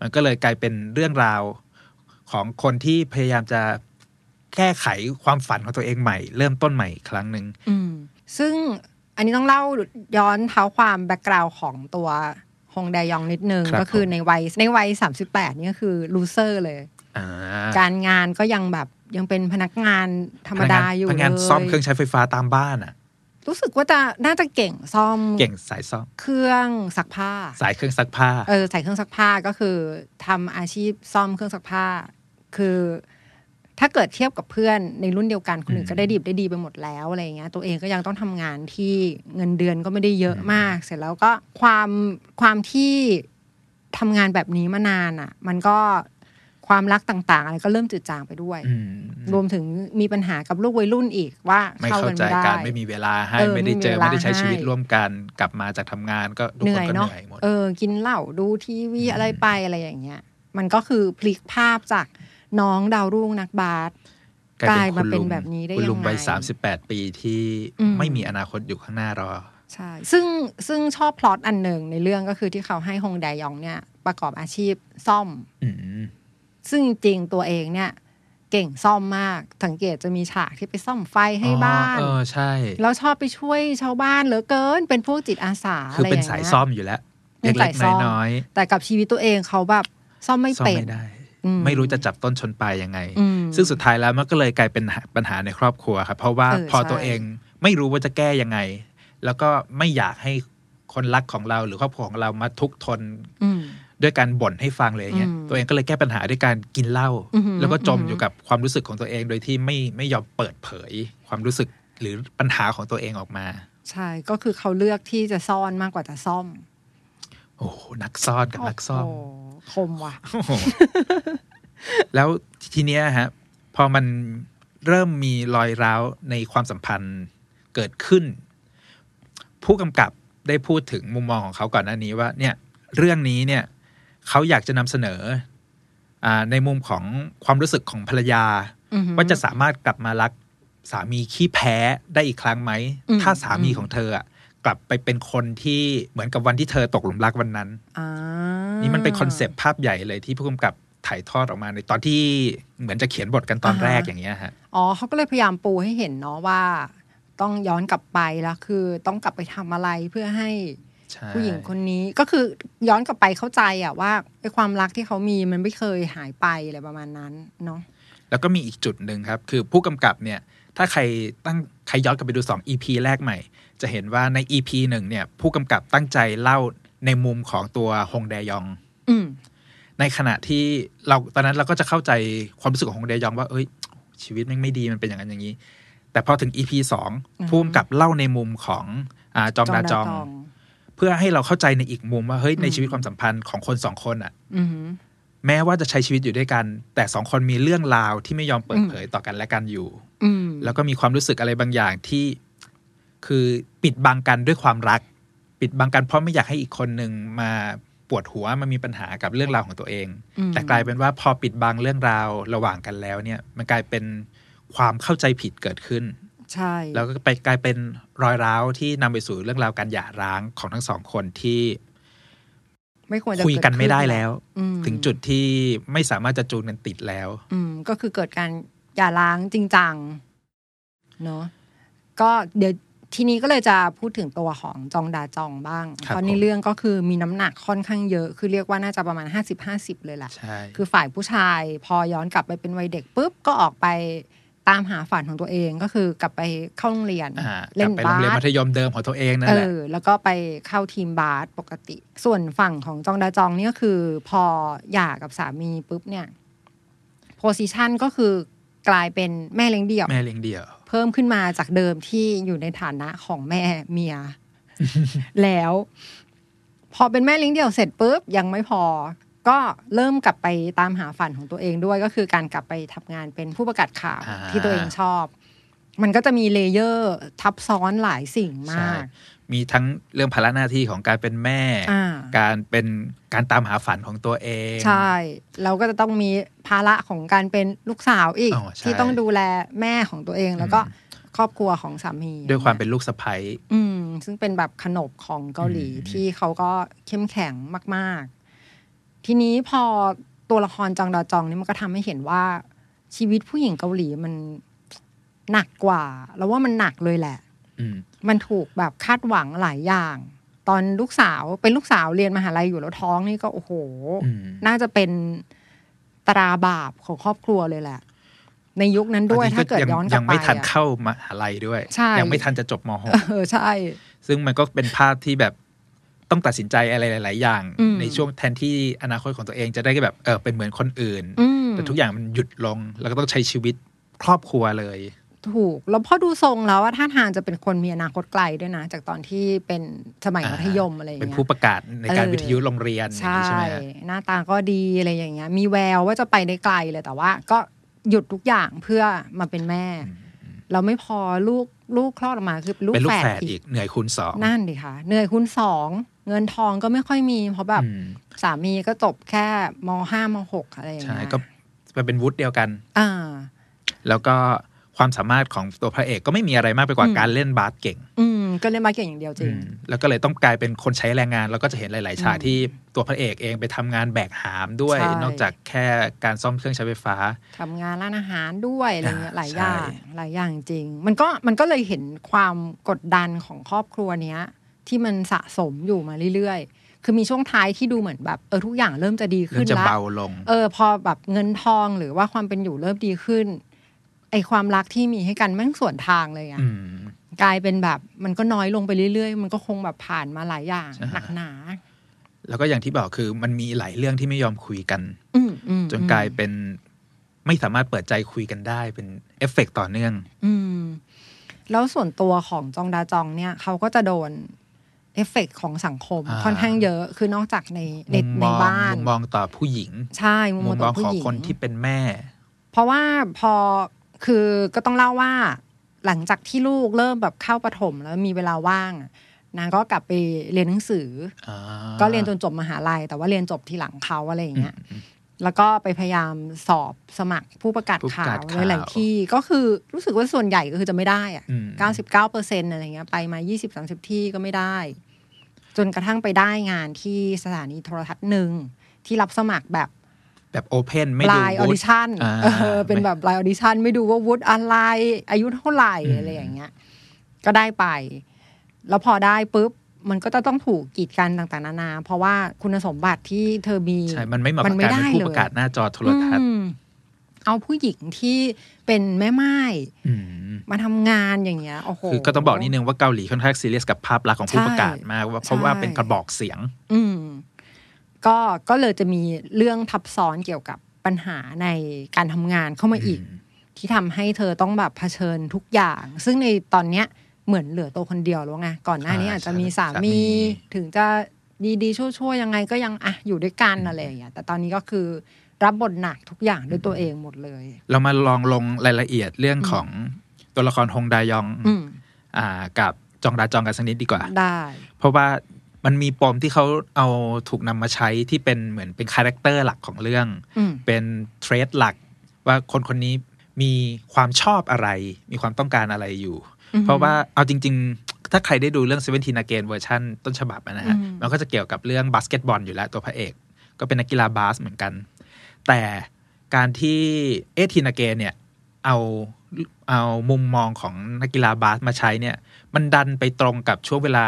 Speaker 2: มันก็เลยกลายเป็นเรื่องราวของคนที่พยายามจะแก้ไขความฝันของตัวเองใหม่ เริ่มต้นใหม่อีกครั้งหนึ่ง
Speaker 3: อืม ซึ่งอันนี้ต้องเล่าย้อนเท้าความแบ็กกราวของตัวฮงแดยองนิดนึง
Speaker 2: ครับ
Speaker 3: ก็คือในวัยในวัย 38 นี่ก็คือลูเซอร์เลย
Speaker 2: อ่า
Speaker 3: การงานก็ยังแบบยังเป็นพนักงานธรรมดาอยู่
Speaker 2: พนักงาน
Speaker 3: เลย
Speaker 2: ซ่อมเครื่องใช้ไฟฟ้าตามบ้านอ่ะ
Speaker 3: รู้สึกว่าจะน่าจะเก่งซ่อม
Speaker 2: เก่งสายซ่อม
Speaker 3: เครื่องซักผ้า
Speaker 2: สายเครื่องซักผ้า
Speaker 3: เออใส่เครื่องซักผ้าก็คือทำอาชีพซ่อมเครื่องซักผ้า คือถ้าเกิดเทียบกับเพื่อนในรุ่นเดียวกันคนอื่
Speaker 2: อื
Speaker 3: น
Speaker 2: ม
Speaker 3: ก็ได้ดีได้ดีไปหมดแล้วอะไรอย่างเงี้ยตัวเองก็ยังต้องทำงานที่เงินเดือนก็ไม่ได้เยอะมาก เสร็จแล้วก็ความความที่ทำงานแบบนี้มานานอ่ะ มันก็ความรักต่าง ๆ อะไรก็เริ่มจืดจางไปด้วย
Speaker 2: อืม
Speaker 3: รวมถึงมีปัญหากับลูกวัยรุ่นอีกว่า
Speaker 2: ไม่
Speaker 3: เข้า
Speaker 2: เข้า
Speaker 3: กัน
Speaker 2: ใจ
Speaker 3: ไม่ได้
Speaker 2: กันไม่มีเวลาให้
Speaker 3: เออ
Speaker 2: ไม่ได้เจอ
Speaker 3: ไม่มีเวลา
Speaker 2: ไม่ได้ใช้ชีวิต
Speaker 3: ให้
Speaker 2: ร่วมกันกลับมาจากทำงานก็ทุก
Speaker 3: เห
Speaker 2: ค
Speaker 3: นื่
Speaker 2: น
Speaker 3: อย
Speaker 2: ก็เห
Speaker 3: เนาะ
Speaker 2: นื่อยหมด
Speaker 3: เออ กินเหล้าดูทีวี
Speaker 2: อืม
Speaker 3: อะไรไปอะไรอย่างเงี้ย มันก็คือพลิกภาพจากน้องดาวรุ่งนักบาส
Speaker 2: กลายเป็น
Speaker 3: กลายมา
Speaker 2: คุณ
Speaker 3: เป็น
Speaker 2: ลุง
Speaker 3: แบบนี้ได้
Speaker 2: คุณลุง
Speaker 3: ยังไง
Speaker 2: วัยสามสิบแปดปีที่
Speaker 3: อืม
Speaker 2: ไม่มีอนาคตอยู่ข้างหน้ารอ
Speaker 3: ใช่ ซึ่งซึ่งชอบพล็อตอันหนึ่งในเรื่องก็คือที่เขาให้ฮงแดยองเนี่ย ประกอบอาชีพซ่อม
Speaker 2: อืม
Speaker 3: ซึ่งจริงๆตัวเองเนี่ย เก่งซ่อมมาก สังเกตจะมีฉากที่ไปซ่อมไฟให้บ้าน
Speaker 2: อ๋อเออใช่
Speaker 3: แล้วชอบไปช่วยชาวบ้านเหลือเกิน เป็นพวกจิตอาสา
Speaker 2: คือ
Speaker 3: อะไรอ
Speaker 2: เป็น
Speaker 3: ย่าง
Speaker 2: สาย
Speaker 3: เงี้
Speaker 2: ซ่อย มอยู่แล้ว
Speaker 3: เป็
Speaker 2: เล็
Speaker 3: นสาก ยซ่อม
Speaker 2: ๆน้อย
Speaker 3: แต่กับชีวิตตัวเองเขาแบบซ่อมไม่
Speaker 2: ๆซ่อม
Speaker 3: เป็น
Speaker 2: ไม่ได้
Speaker 3: อื
Speaker 2: ไม่รู้จะจับต้นชนปลายยังไง
Speaker 3: อืม
Speaker 2: ซึ่งสุดท้ายแล้วมันก็เลยกลายเป็นปัญหาในครอบครัวครับ เพราะว่า
Speaker 3: เออ
Speaker 2: พอ
Speaker 3: ใช่
Speaker 2: ตัวเองไม่รู้ว่าจะแก้ยังไง แล้วก็ไม่อยากให้คนรักของเราหรือครอบครัวของเรามาทุกข์ทน
Speaker 3: อืม
Speaker 2: ด้วยการบ่นให้ฟังเลยอย่างเงี้ย
Speaker 3: อืม
Speaker 2: ตัวเองก็เลยแก้ปัญหาด้วยการกินเหล้า
Speaker 3: อือหือ
Speaker 2: แล้วก็จม
Speaker 3: อือหือ
Speaker 2: อ
Speaker 3: อ
Speaker 2: ยู่กับความรู้สึกของตัวเองโดยที่ไม่ไม่ยอมเปิดเผย ความรู้สึกหรือปัญหาของตัวเองออกมา
Speaker 3: ใช่ ก็คือเขาเลือกที่จะซ่อนมากกว่าจะซ่อม
Speaker 2: โอ้โหนักซ่อนกับนักซ่อม
Speaker 3: โโหคมว่ะ
Speaker 2: โอ้โห แล้วทีเนี้ยฮะ พอมันเริ่มมีรอยร้าวในความสัมพันธ์เกิดขึ้น ผู้กำกับได้พูดถึงมุมมองของเขาก่อนหน้านี้ว่า เนี่ย เรื่องนี้เนี่ย เขาอยากจะนำเสนออ่าในมุมของความรู้สึกของภรรยา
Speaker 3: อือหือ
Speaker 2: ว่าจะสามารถกลับมารักสามีขี้แพ้ได้อีกครั้งไหม
Speaker 3: อืม
Speaker 2: ถ้าสามี
Speaker 3: อืม
Speaker 2: ของเธออะกลับไปเป็นคนที่เหมือนกับวันที่เธอตกหลุมรักวันนั้น
Speaker 3: อ่า
Speaker 2: นี่มันเป็นคอนเซปต์ภาพใหญ่เลยที่ผู้กำกับถ่ายทอดออกมาในตอนที่เหมือนจะเขียนบทกันตอนแรกอย่างเงี้ยฮะ
Speaker 3: อ๋อเขาก็เลยพยายามปูให้เห็นเนาะว่า ต้องย้อนกลับไปแล้วคือ ต้องกลับไปทำอะไรเพื่อให้
Speaker 2: ใช่
Speaker 3: ผู้หญิงคนนี้ก็คือย้อนกลับไปเข้าใจอะว่าไอ้ความรักที่เขามีมันไม่เคยหายไปอะไรประมาณนั้นเนาะ
Speaker 2: แล้วก็มีอีกจุดหนึ่งครับ คือผู้กำกับเนี่ย ถ้าใครตั้งใครย้อนกลับไปดู 2 EP แรกใหม่ จะเห็นว่าใน EP หนึ่งเนี่ย ผู้กำกับตั้งใจเล่าในมุมของตัวฮงแดยอง
Speaker 3: อืม
Speaker 2: ในขณะที่เราตอนนั้นเราก็จะเข้าใจความรู้สึกของฮงเดยองว่า เอ้ย ชีวิตแมันไม่ดีมันเป็นอย่างนั้นอย่างนี้ แต่พอถึง EP สอง
Speaker 3: อือฮึ
Speaker 2: ผู้กำกับเล่าในมุมของอาจอมดาจอง เพื่อให้เราเข้าใจในอีกมุมว่าเฮ้ยในชีวิตความสัมพันธ์ของคนสองคนอ่ะ
Speaker 3: อือหือ
Speaker 2: แม้ว่าจะใช้ชีวิตอยู่ด้วยกัน แต่สองคนมีเรื่องราวที่ไม่ยอมเปิดเผยต่อกันและกันอยู่
Speaker 3: อืม
Speaker 2: แล้วก็มีความรู้สึกอะไรบางอย่างที่คือปิดบังกันด้วยความรัก ปิดบังกันเพราะไม่อยากให้อีกคนหนึ่งมาปวดหัวมามีปัญหากับเรื่องราวของตัวเอง
Speaker 3: อืม
Speaker 2: แต่กลายเป็นว่าพอปิดบังเรื่องราวระหว่างกันแล้วเนี่ย มันกลายเป็นความเข้าใจผิดเกิดขึ้น
Speaker 3: ใช่
Speaker 2: แล้วก็ไปกลายเป็นรอยร้าวที่นำไปสู่เรื่องราวการหย่าร้างของทั้งสองคนที่
Speaker 3: ไม่ควรจะ
Speaker 2: คุยกันไม่ได้แล้ว
Speaker 3: อืม
Speaker 2: ถึงจุดที่ไม่สามารถจะจูนกันติดแล้ว
Speaker 3: อืมก็คือเกิดการหย่าร้างจริงจังเนาะก็เดี๋ยวทีนี้ก็เลยจะพูดถึงตัวของจองดาจองบ้าง
Speaker 2: ครับ
Speaker 3: ตอน
Speaker 2: ผ
Speaker 3: นี้
Speaker 2: ม
Speaker 3: เรื่องก็คือมีน้ำหนักค่อนข้างเยอะคือเรียกว่าน่าจะประมาณ 50-50 เลยแหละ
Speaker 2: ใช่
Speaker 3: คือฝ่ายผู้ชายพอย้อนกลับไปเป็นวัยเด็กปุ๊บ ก็ออกไปตามหาฝันของตัวเองก็คือกลับไปเข้าโรงเรียน
Speaker 2: อ่าก
Speaker 3: เล่
Speaker 2: ลับ
Speaker 3: น
Speaker 2: ไปโรง
Speaker 3: บา
Speaker 2: เรียน
Speaker 3: ส
Speaker 2: มัธยมเดิมของตัวเองนั่
Speaker 3: เอน
Speaker 2: แหละ
Speaker 3: อแล้วก็ไปเข้าทีมบาสปกติ ส่วนฝั่งของจองดาจองนี่ก็คือ พอหย่ากับสามีปุ๊บเนี่ยโพซิชันก็คือกลายเป็นแม่เลี้ยงเดี่ยว
Speaker 2: แม่เลี้ยงเดี่ยว
Speaker 3: เพิ่มขึ้นมาจากเดิมที่อยู่ในฐานะของแม่เมีย แล้ว พอเป็นแม่เลี้ยงเดี่ยวเสร็จปุ๊บยังไม่พอ ก็เริ่มกลับไปตามหาฝันของตัวเองด้วยก็คือการกลับไปทำงานเป็นผู้ประกาศข่าว
Speaker 2: อ่า
Speaker 3: ที่ตัวเองชอบ มันก็จะมีเลเยอร์ทับซ้อนหลายสิ่ง
Speaker 2: ใช่
Speaker 3: มาก
Speaker 2: มีทั้งเรื่องภาระหน้าที่ของการเป็นแม่
Speaker 3: อ่า
Speaker 2: การเป็นการตามหาฝันของตัวเอง
Speaker 3: ใช่ เราก็จะต้องมีภาระของการเป็นลูกสาวอีก
Speaker 2: อ๋อใช่
Speaker 3: ที่ต้องดูแลแม่ของตัวเองแล้วก็ครอบครัวของสามี
Speaker 2: ด้วยความเป็นลูกสะใภ้
Speaker 3: อืมซึ่งเป็นแบบขนบของเกาหลี
Speaker 2: อืม
Speaker 3: ที่เขาก็เข้มแข็งมาก ๆ ทีนี้พอตัวละครจองดอจองนี่มันก็ทำให้เห็นว่าชีวิตผู้หญิงเกาหลีมันหนักกว่า แล้วว่ามันหนักเลยแหละ
Speaker 2: อืม
Speaker 3: มันถูกแบบคาดหวังหลายอย่าง ตอนลูกสาวเป็นลูกสาวเรียนมหาลัยอยู่แล้วท้องนี่ก็โอ้โห
Speaker 2: อืม
Speaker 3: น่าจะเป็นตราบาปของครอบครัวเลยแหละ ในยุคนั้นด้วย
Speaker 2: อั
Speaker 3: ถ้าเกิดย้อนกลั
Speaker 2: ยั
Speaker 3: บ
Speaker 2: ง
Speaker 3: ไป
Speaker 2: ไม่ทัน
Speaker 3: อะ
Speaker 2: เข้ามาหาลัยด้วย
Speaker 3: ใช่
Speaker 2: ยังไม่ทันจะจบมหก
Speaker 3: เออใช่
Speaker 2: ซึ่งมันก็เป็นภาพที่แบบต้องตัดสินใจอะไรหลาย ๆ อย่าง
Speaker 3: อืม
Speaker 2: ในช่วงแทนที่อนาคตของตัวเองจะได้แบบเออเป็นเหมือนคนอื่น
Speaker 3: อืม
Speaker 2: แต่ทุกอย่างมันหยุดลง แล้วก็ต้องใช้ชีวิตครอบครัวเลย
Speaker 3: ถูก แล้วพอดูทรงแล้วว่าท่าทางจะเป็นคนมีอนาคตไกลด้วยนะ จากตอนที่เป็นสมัย
Speaker 2: อ่า
Speaker 3: มัธยมอะไรอย่าง
Speaker 2: เป็น
Speaker 3: เงี้
Speaker 2: ผู้
Speaker 3: ย
Speaker 2: ประกาศในการ
Speaker 3: เออ
Speaker 2: วิทยุโรงเรียนอย่างนี้
Speaker 3: ใช่
Speaker 2: ใช่ไหมฮะ
Speaker 3: หน้าตาก็ดีอะไรอย่างเงี้ย มีแววว่าจะไปได้ไกลเลยแต่ว่า ก็หยุดทุกอย่างเพื่อมาเป็นแม่ เราไม่พอลูกลูกคลอดออกมาคือเป็นลูก
Speaker 2: เป็นลู
Speaker 3: แฝ
Speaker 2: ก
Speaker 3: ด
Speaker 2: แฝดอี
Speaker 3: อี
Speaker 2: กเหนื่อยคูณสอง
Speaker 3: นั่นดิค่ะเหนื่อยคุณสองเงินทองก็ไม่ค่อยมีเพราะแบบ
Speaker 2: อืม
Speaker 3: สามีก็จบแค่มห้ามหกอะไรอย่าง
Speaker 2: ใช่
Speaker 3: เงี้ย
Speaker 2: ก็มันเป็นวุฒิเดียวกัน
Speaker 3: อ่า
Speaker 2: แล้วก็ความสามารถของตัวพระเอกก็ไม่มีอะไรมากไปกว่า
Speaker 3: อืม
Speaker 2: การเล่นบาสเก่ง
Speaker 3: อืม ก็เล่นมาเก่งอย่างเดียวจริง
Speaker 2: อืมแล้วก็เลยต้องกลายเป็นคนใช้แรงงาน แล้วก็จะเห็นหลาย ๆ ฉาก
Speaker 3: อืม
Speaker 2: ที่ตัวพระเอกเองไปทำงานแบกหามด้วย
Speaker 3: ใช่
Speaker 2: นอกจากแค่การซ่อมเครื่องใช้ไฟฟ้า
Speaker 3: ทำงานร้านอาหารด้วยอะไรเงี้ย
Speaker 2: อ่า
Speaker 3: หลายอย่าง
Speaker 2: ใช่
Speaker 3: หลายอย่างจริง มันก็มันก็เลยเห็นความกดดันของครอบครัวเนี้ย ที่มันสะสมอยู่มาเรื่อยๆ คือมีช่วงท้ายที่ดูเหมือนแบบเออทุกอย่างเริ่มจะดี
Speaker 2: เริ่
Speaker 3: ขึ้
Speaker 2: ม
Speaker 3: น
Speaker 2: จะ
Speaker 3: ละ
Speaker 2: เบาลง
Speaker 3: เออพอแบบเงินทองหรือว่าความเป็นอยู่เริ่มดีขึ้นไอความรักที่มีให้กันแม่งสวนทางเลยอะ
Speaker 2: อืม
Speaker 3: กลายเป็นแบบมันก็น้อยลงไปเรื่อยๆ มันก็คงแบบผ่านมาหลายอย่าง
Speaker 2: ใช่
Speaker 3: หนักหนา
Speaker 2: แล้วก็อย่างที่บอกคือมันมีหลายเรื่องที่ไม่ยอมคุยกัน
Speaker 3: อืมอืม
Speaker 2: จนกลายเป็นไม่สามารถเปิดใจคุยกันได้เป็นเอฟเฟกต์ต่อเนื่อง
Speaker 3: อืมแล้วส่วนตัวของจองดาจองเนี่ยเขาก็จะโดนเอฟเฟกต์ของสังคม
Speaker 2: อ่า
Speaker 3: ค่อนข้างเยอะ คือนอกจากในใน
Speaker 2: มุมมอ
Speaker 3: ใน
Speaker 2: ง
Speaker 3: บ้าน
Speaker 2: มุมมองต่อผู้หญิง
Speaker 3: ใช่มุมม
Speaker 2: มุ
Speaker 3: อ
Speaker 2: มม
Speaker 3: งต่
Speaker 2: อ
Speaker 3: อง ผู้
Speaker 2: ของ
Speaker 3: หญิง
Speaker 2: คนที่เป็นแม่
Speaker 3: เพราะว่าพอคือก็ต้องเล่าว่า หลังจากที่ลูกเริ่มแบบเข้าประถมแล้วมีเวลาว่างอะนางก็กลับไปเรียนหนังสือ
Speaker 2: อ่า
Speaker 3: ก็เรียนจนจบมหาลัย แต่ว่าเรียนจบทีหลังเขาอะไรอย่างเงี้ย แล้วก็ไปพยายามสอบสมัครผู้ประกาศ
Speaker 2: ผู้ป
Speaker 3: ข่า
Speaker 2: ระกาวศข่าว
Speaker 3: หลายๆที่ก็คือรู้สึกว่าส่วนใหญ่ก็คือจะไม่ได้อะ
Speaker 2: อืม
Speaker 3: เก้าสิบเก้าเปอร์เซ็นต์อะไรเงี้ยไปมายี่สิบสามสิบที่ก็ไม่ได้ จนกระทั่งไปได้งานที่สถานีโทรทัศน์หนึ่งที่รับสมัครแบบ
Speaker 2: แบบโอเพนไม่
Speaker 3: ป
Speaker 2: ดู
Speaker 3: ลายออดิ
Speaker 2: ธ
Speaker 3: ชั่น
Speaker 2: อ่า
Speaker 3: เป็นแบบปลายออดิชั่นไม่ดูว่าวุฒิอะไร อายุเท่าไหร่
Speaker 2: อืม
Speaker 3: อะไรอย่างเงี้ย ก็ได้ไป แล้วพอได้ปุ๊บมันก็จะต้องถูกกีดกันต่างๆนานา เพราะว่าคุณสมบัติที่เธอมี
Speaker 2: ใช่ มันไม่เหมาะ
Speaker 3: มั
Speaker 2: กับ
Speaker 3: นไม่
Speaker 2: การ
Speaker 3: ได้
Speaker 2: เป็นผู้
Speaker 3: เลย
Speaker 2: ประกาศหน้าจอโทรทัศน์
Speaker 3: อืมเอาผู้หญิงที่เป็นแม่ไม้
Speaker 2: อืม
Speaker 3: มาทำงานอย่างเงี้ยโอ้โห
Speaker 2: คือก็ต้องบอกนิดนึงว่าเกาหลีค่อนข้างซีเรียสกับภาพลักษณ์ของผู้
Speaker 3: ใช่
Speaker 2: ประกาศมากว่าเพราะว่า
Speaker 3: ใช่
Speaker 2: เป็นกระบอกเสียง
Speaker 3: อืมก็ก็เลยจะมีเรื่องทับซ้อนเกี่ยวกับปัญหาในการทำงานเข้ามาอีก ที่ทำให้เธอต้องแบบเผชิญทุกอย่าง ซึ่งในตอนเนี้ยเหมือนเหลือตัวคนเดียวแล้วไงก่อนหน้านี้
Speaker 2: อ่า
Speaker 3: อาจจะมี
Speaker 2: สา
Speaker 3: สา
Speaker 2: มี
Speaker 3: มีถึงจะดีๆชั่วๆยังไงก็ยังอ่ะอยู่ด้วยกันอะไรอย่างเงี้ยแต่ตอนนี้ก็คือรับบทหนักทุกอย่างด้วยตัวเองหมดเลย
Speaker 2: เรามาลองลงรายละเอียดเรื่องของตัวละครฮงดายอง
Speaker 3: อืม
Speaker 2: อ่ากับจองดาจองกันสักนิดดีกว่า
Speaker 3: ได้
Speaker 2: เพราะว่ามันมีปมที่เขาเอาถูกนำมาใช้ที่เป็นเหมือนเป็นคาแรคเตอร์หลักของเรื่อง
Speaker 3: อืม
Speaker 2: เป็นเทรดหลัก ว่าคนคนนี้มีความชอบอะไร มีความต้องการอะไรอยู่ เพราะว่าเอาจริง ๆ ถ้าใครได้ดูเรื่องเซเว่นทีนาเกนเวอร์ชันต้นฉบับอะนะฮะ
Speaker 3: อืม
Speaker 2: มันก็จะเกี่ยวกับเรื่องบาสเกตบอลอยู่แล้วตัวพระเอก ก็เป็นนักกีฬาบาสเหมือนกัน แต่การที่เอทีนาเกนเนี่ยเอาเอามุมมองของนักกีฬาบาสมาใช้เนี่ยมันดันไปตรงกับช่วงเวลา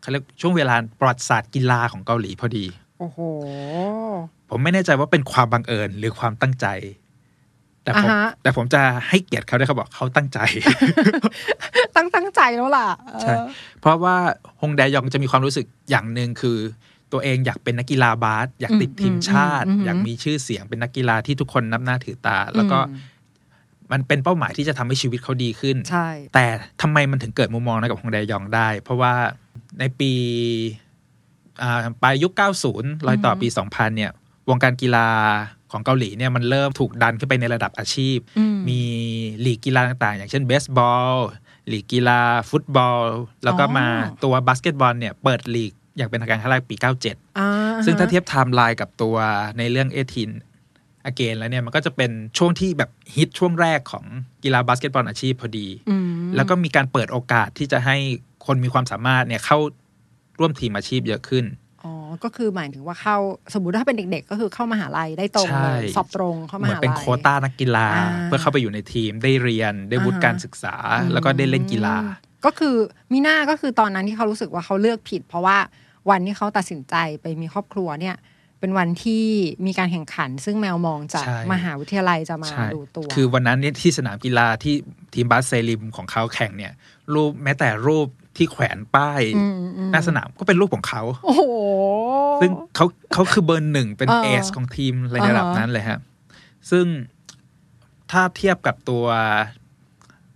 Speaker 2: เขาเรียกช่วงเวลาประวัติศาสตร์กีฬาของเกาหลีพอดี
Speaker 3: โอ้โห
Speaker 2: ผมไม่แน่ใจว่าเป็นความบังเอิญหรือความตั้งใจ แต่ผม
Speaker 3: อ่าฮะ
Speaker 2: แต่ผมจะให้เกียรติเขาด้วยเขาบอกเขาตั้งใจ
Speaker 3: ตั้งตั้งใจแล้วล่ะเออ
Speaker 2: ใช่ เพราะว่าฮงแดยองจะมีความรู้สึกอย่างหนึ่งคือ ตัวเองอยากเป็นนักกีฬาบาสอยากติดทีมชาติ อยากมีชื่อเสียงเป็นนักกีฬาที่ทุกคนนับหน้าถือตา แล้วก็
Speaker 3: อืม
Speaker 2: มันเป็นเป้าหมายที่จะทำให้ชีวิตเขาดีขึ้น
Speaker 3: ใช่
Speaker 2: แต่ทำไมมันถึงเกิดมุมมองนั้นกับฮงแดยองได้ เพราะว่าในปีอ่าปลายยุค 90 รอยต่อปี 2000 เนี่ย วงการกีฬาของเกาหลีเนี่ยมันเริ่มถูกดันขึ้นไปในระดับอาชีพ
Speaker 3: อืม
Speaker 2: มีลีกกีฬาต่างๆ อย่างเช่นเบสบอลลีกกีฬาฟุตบอล แล้วก็มาตัวบาสเกตบอลเนี่ยเปิดลีกอย่างเป็นทางการครั้งแรกปี 97
Speaker 3: อ่า
Speaker 2: ซึ่งถ้า
Speaker 3: ฮะ
Speaker 2: เทียบไทม์ไลน์กับตัวในเรื่องเอทินอเกนแล้วเนี่ย มันก็จะเป็นช่วงที่แบบฮิตช่วงแรกของกีฬาบาสเกตบอลอาชีพพอดี
Speaker 3: อืม
Speaker 2: แล้วก็มีการเปิดโอกาสที่จะให้คนมีความสามารถเนี่ยเข้าร่วมทีมอาชีพเยอะขึ้น
Speaker 3: อ๋อ ก็คือหมายถึงว่าเข้าสมมติถ้าเป็นเด็กๆ ก็คือเข้ามหาลัยได้ตรงเลย
Speaker 2: ใช่
Speaker 3: สอบตรงเข้า
Speaker 2: เห
Speaker 3: ม
Speaker 2: มือ
Speaker 3: หาน ลัย
Speaker 2: เป็นโควต้านักกีฬา
Speaker 3: อ่า
Speaker 2: เพื่อเข้าไปอยู่ในทีมได้เรียนได้วุฒิ
Speaker 3: อ่าฮะ
Speaker 2: การศึกษา แล้วก็ได้เล่นกีฬา
Speaker 3: ก็คือมีหน้าก็คือตอนนั้นที่เขารู้สึกว่าเขาเลือกผิด เพราะว่าวันที่เขาตัดสินใจไปมีครอบครัวเนี่ย เป็นวันที่มีการแข่งขัน ซึ่งแมวมองจาก
Speaker 2: ใช่
Speaker 3: มหาวิทยาลัยจะมา
Speaker 2: ใช่
Speaker 3: ดูตัว
Speaker 2: คือวันนั้นเนี่ยที่สนามกีฬาที่ทีมบาสเซริมของเขาแข่งเนี่ย รูปแม้แต่รูปที่แขวนป้าย
Speaker 3: มอืม
Speaker 2: หน้าสนามก็เป็นรูปของเขา
Speaker 3: โอ้โห
Speaker 2: ซึ่งเขาเขาคือเบอร์หนึ่งเป็น
Speaker 3: เออ
Speaker 2: เอสของทีมในระดับ
Speaker 3: อ่าฮะ
Speaker 2: นั้นเลยฮะ ซึ่งถ้าเทียบกับตัว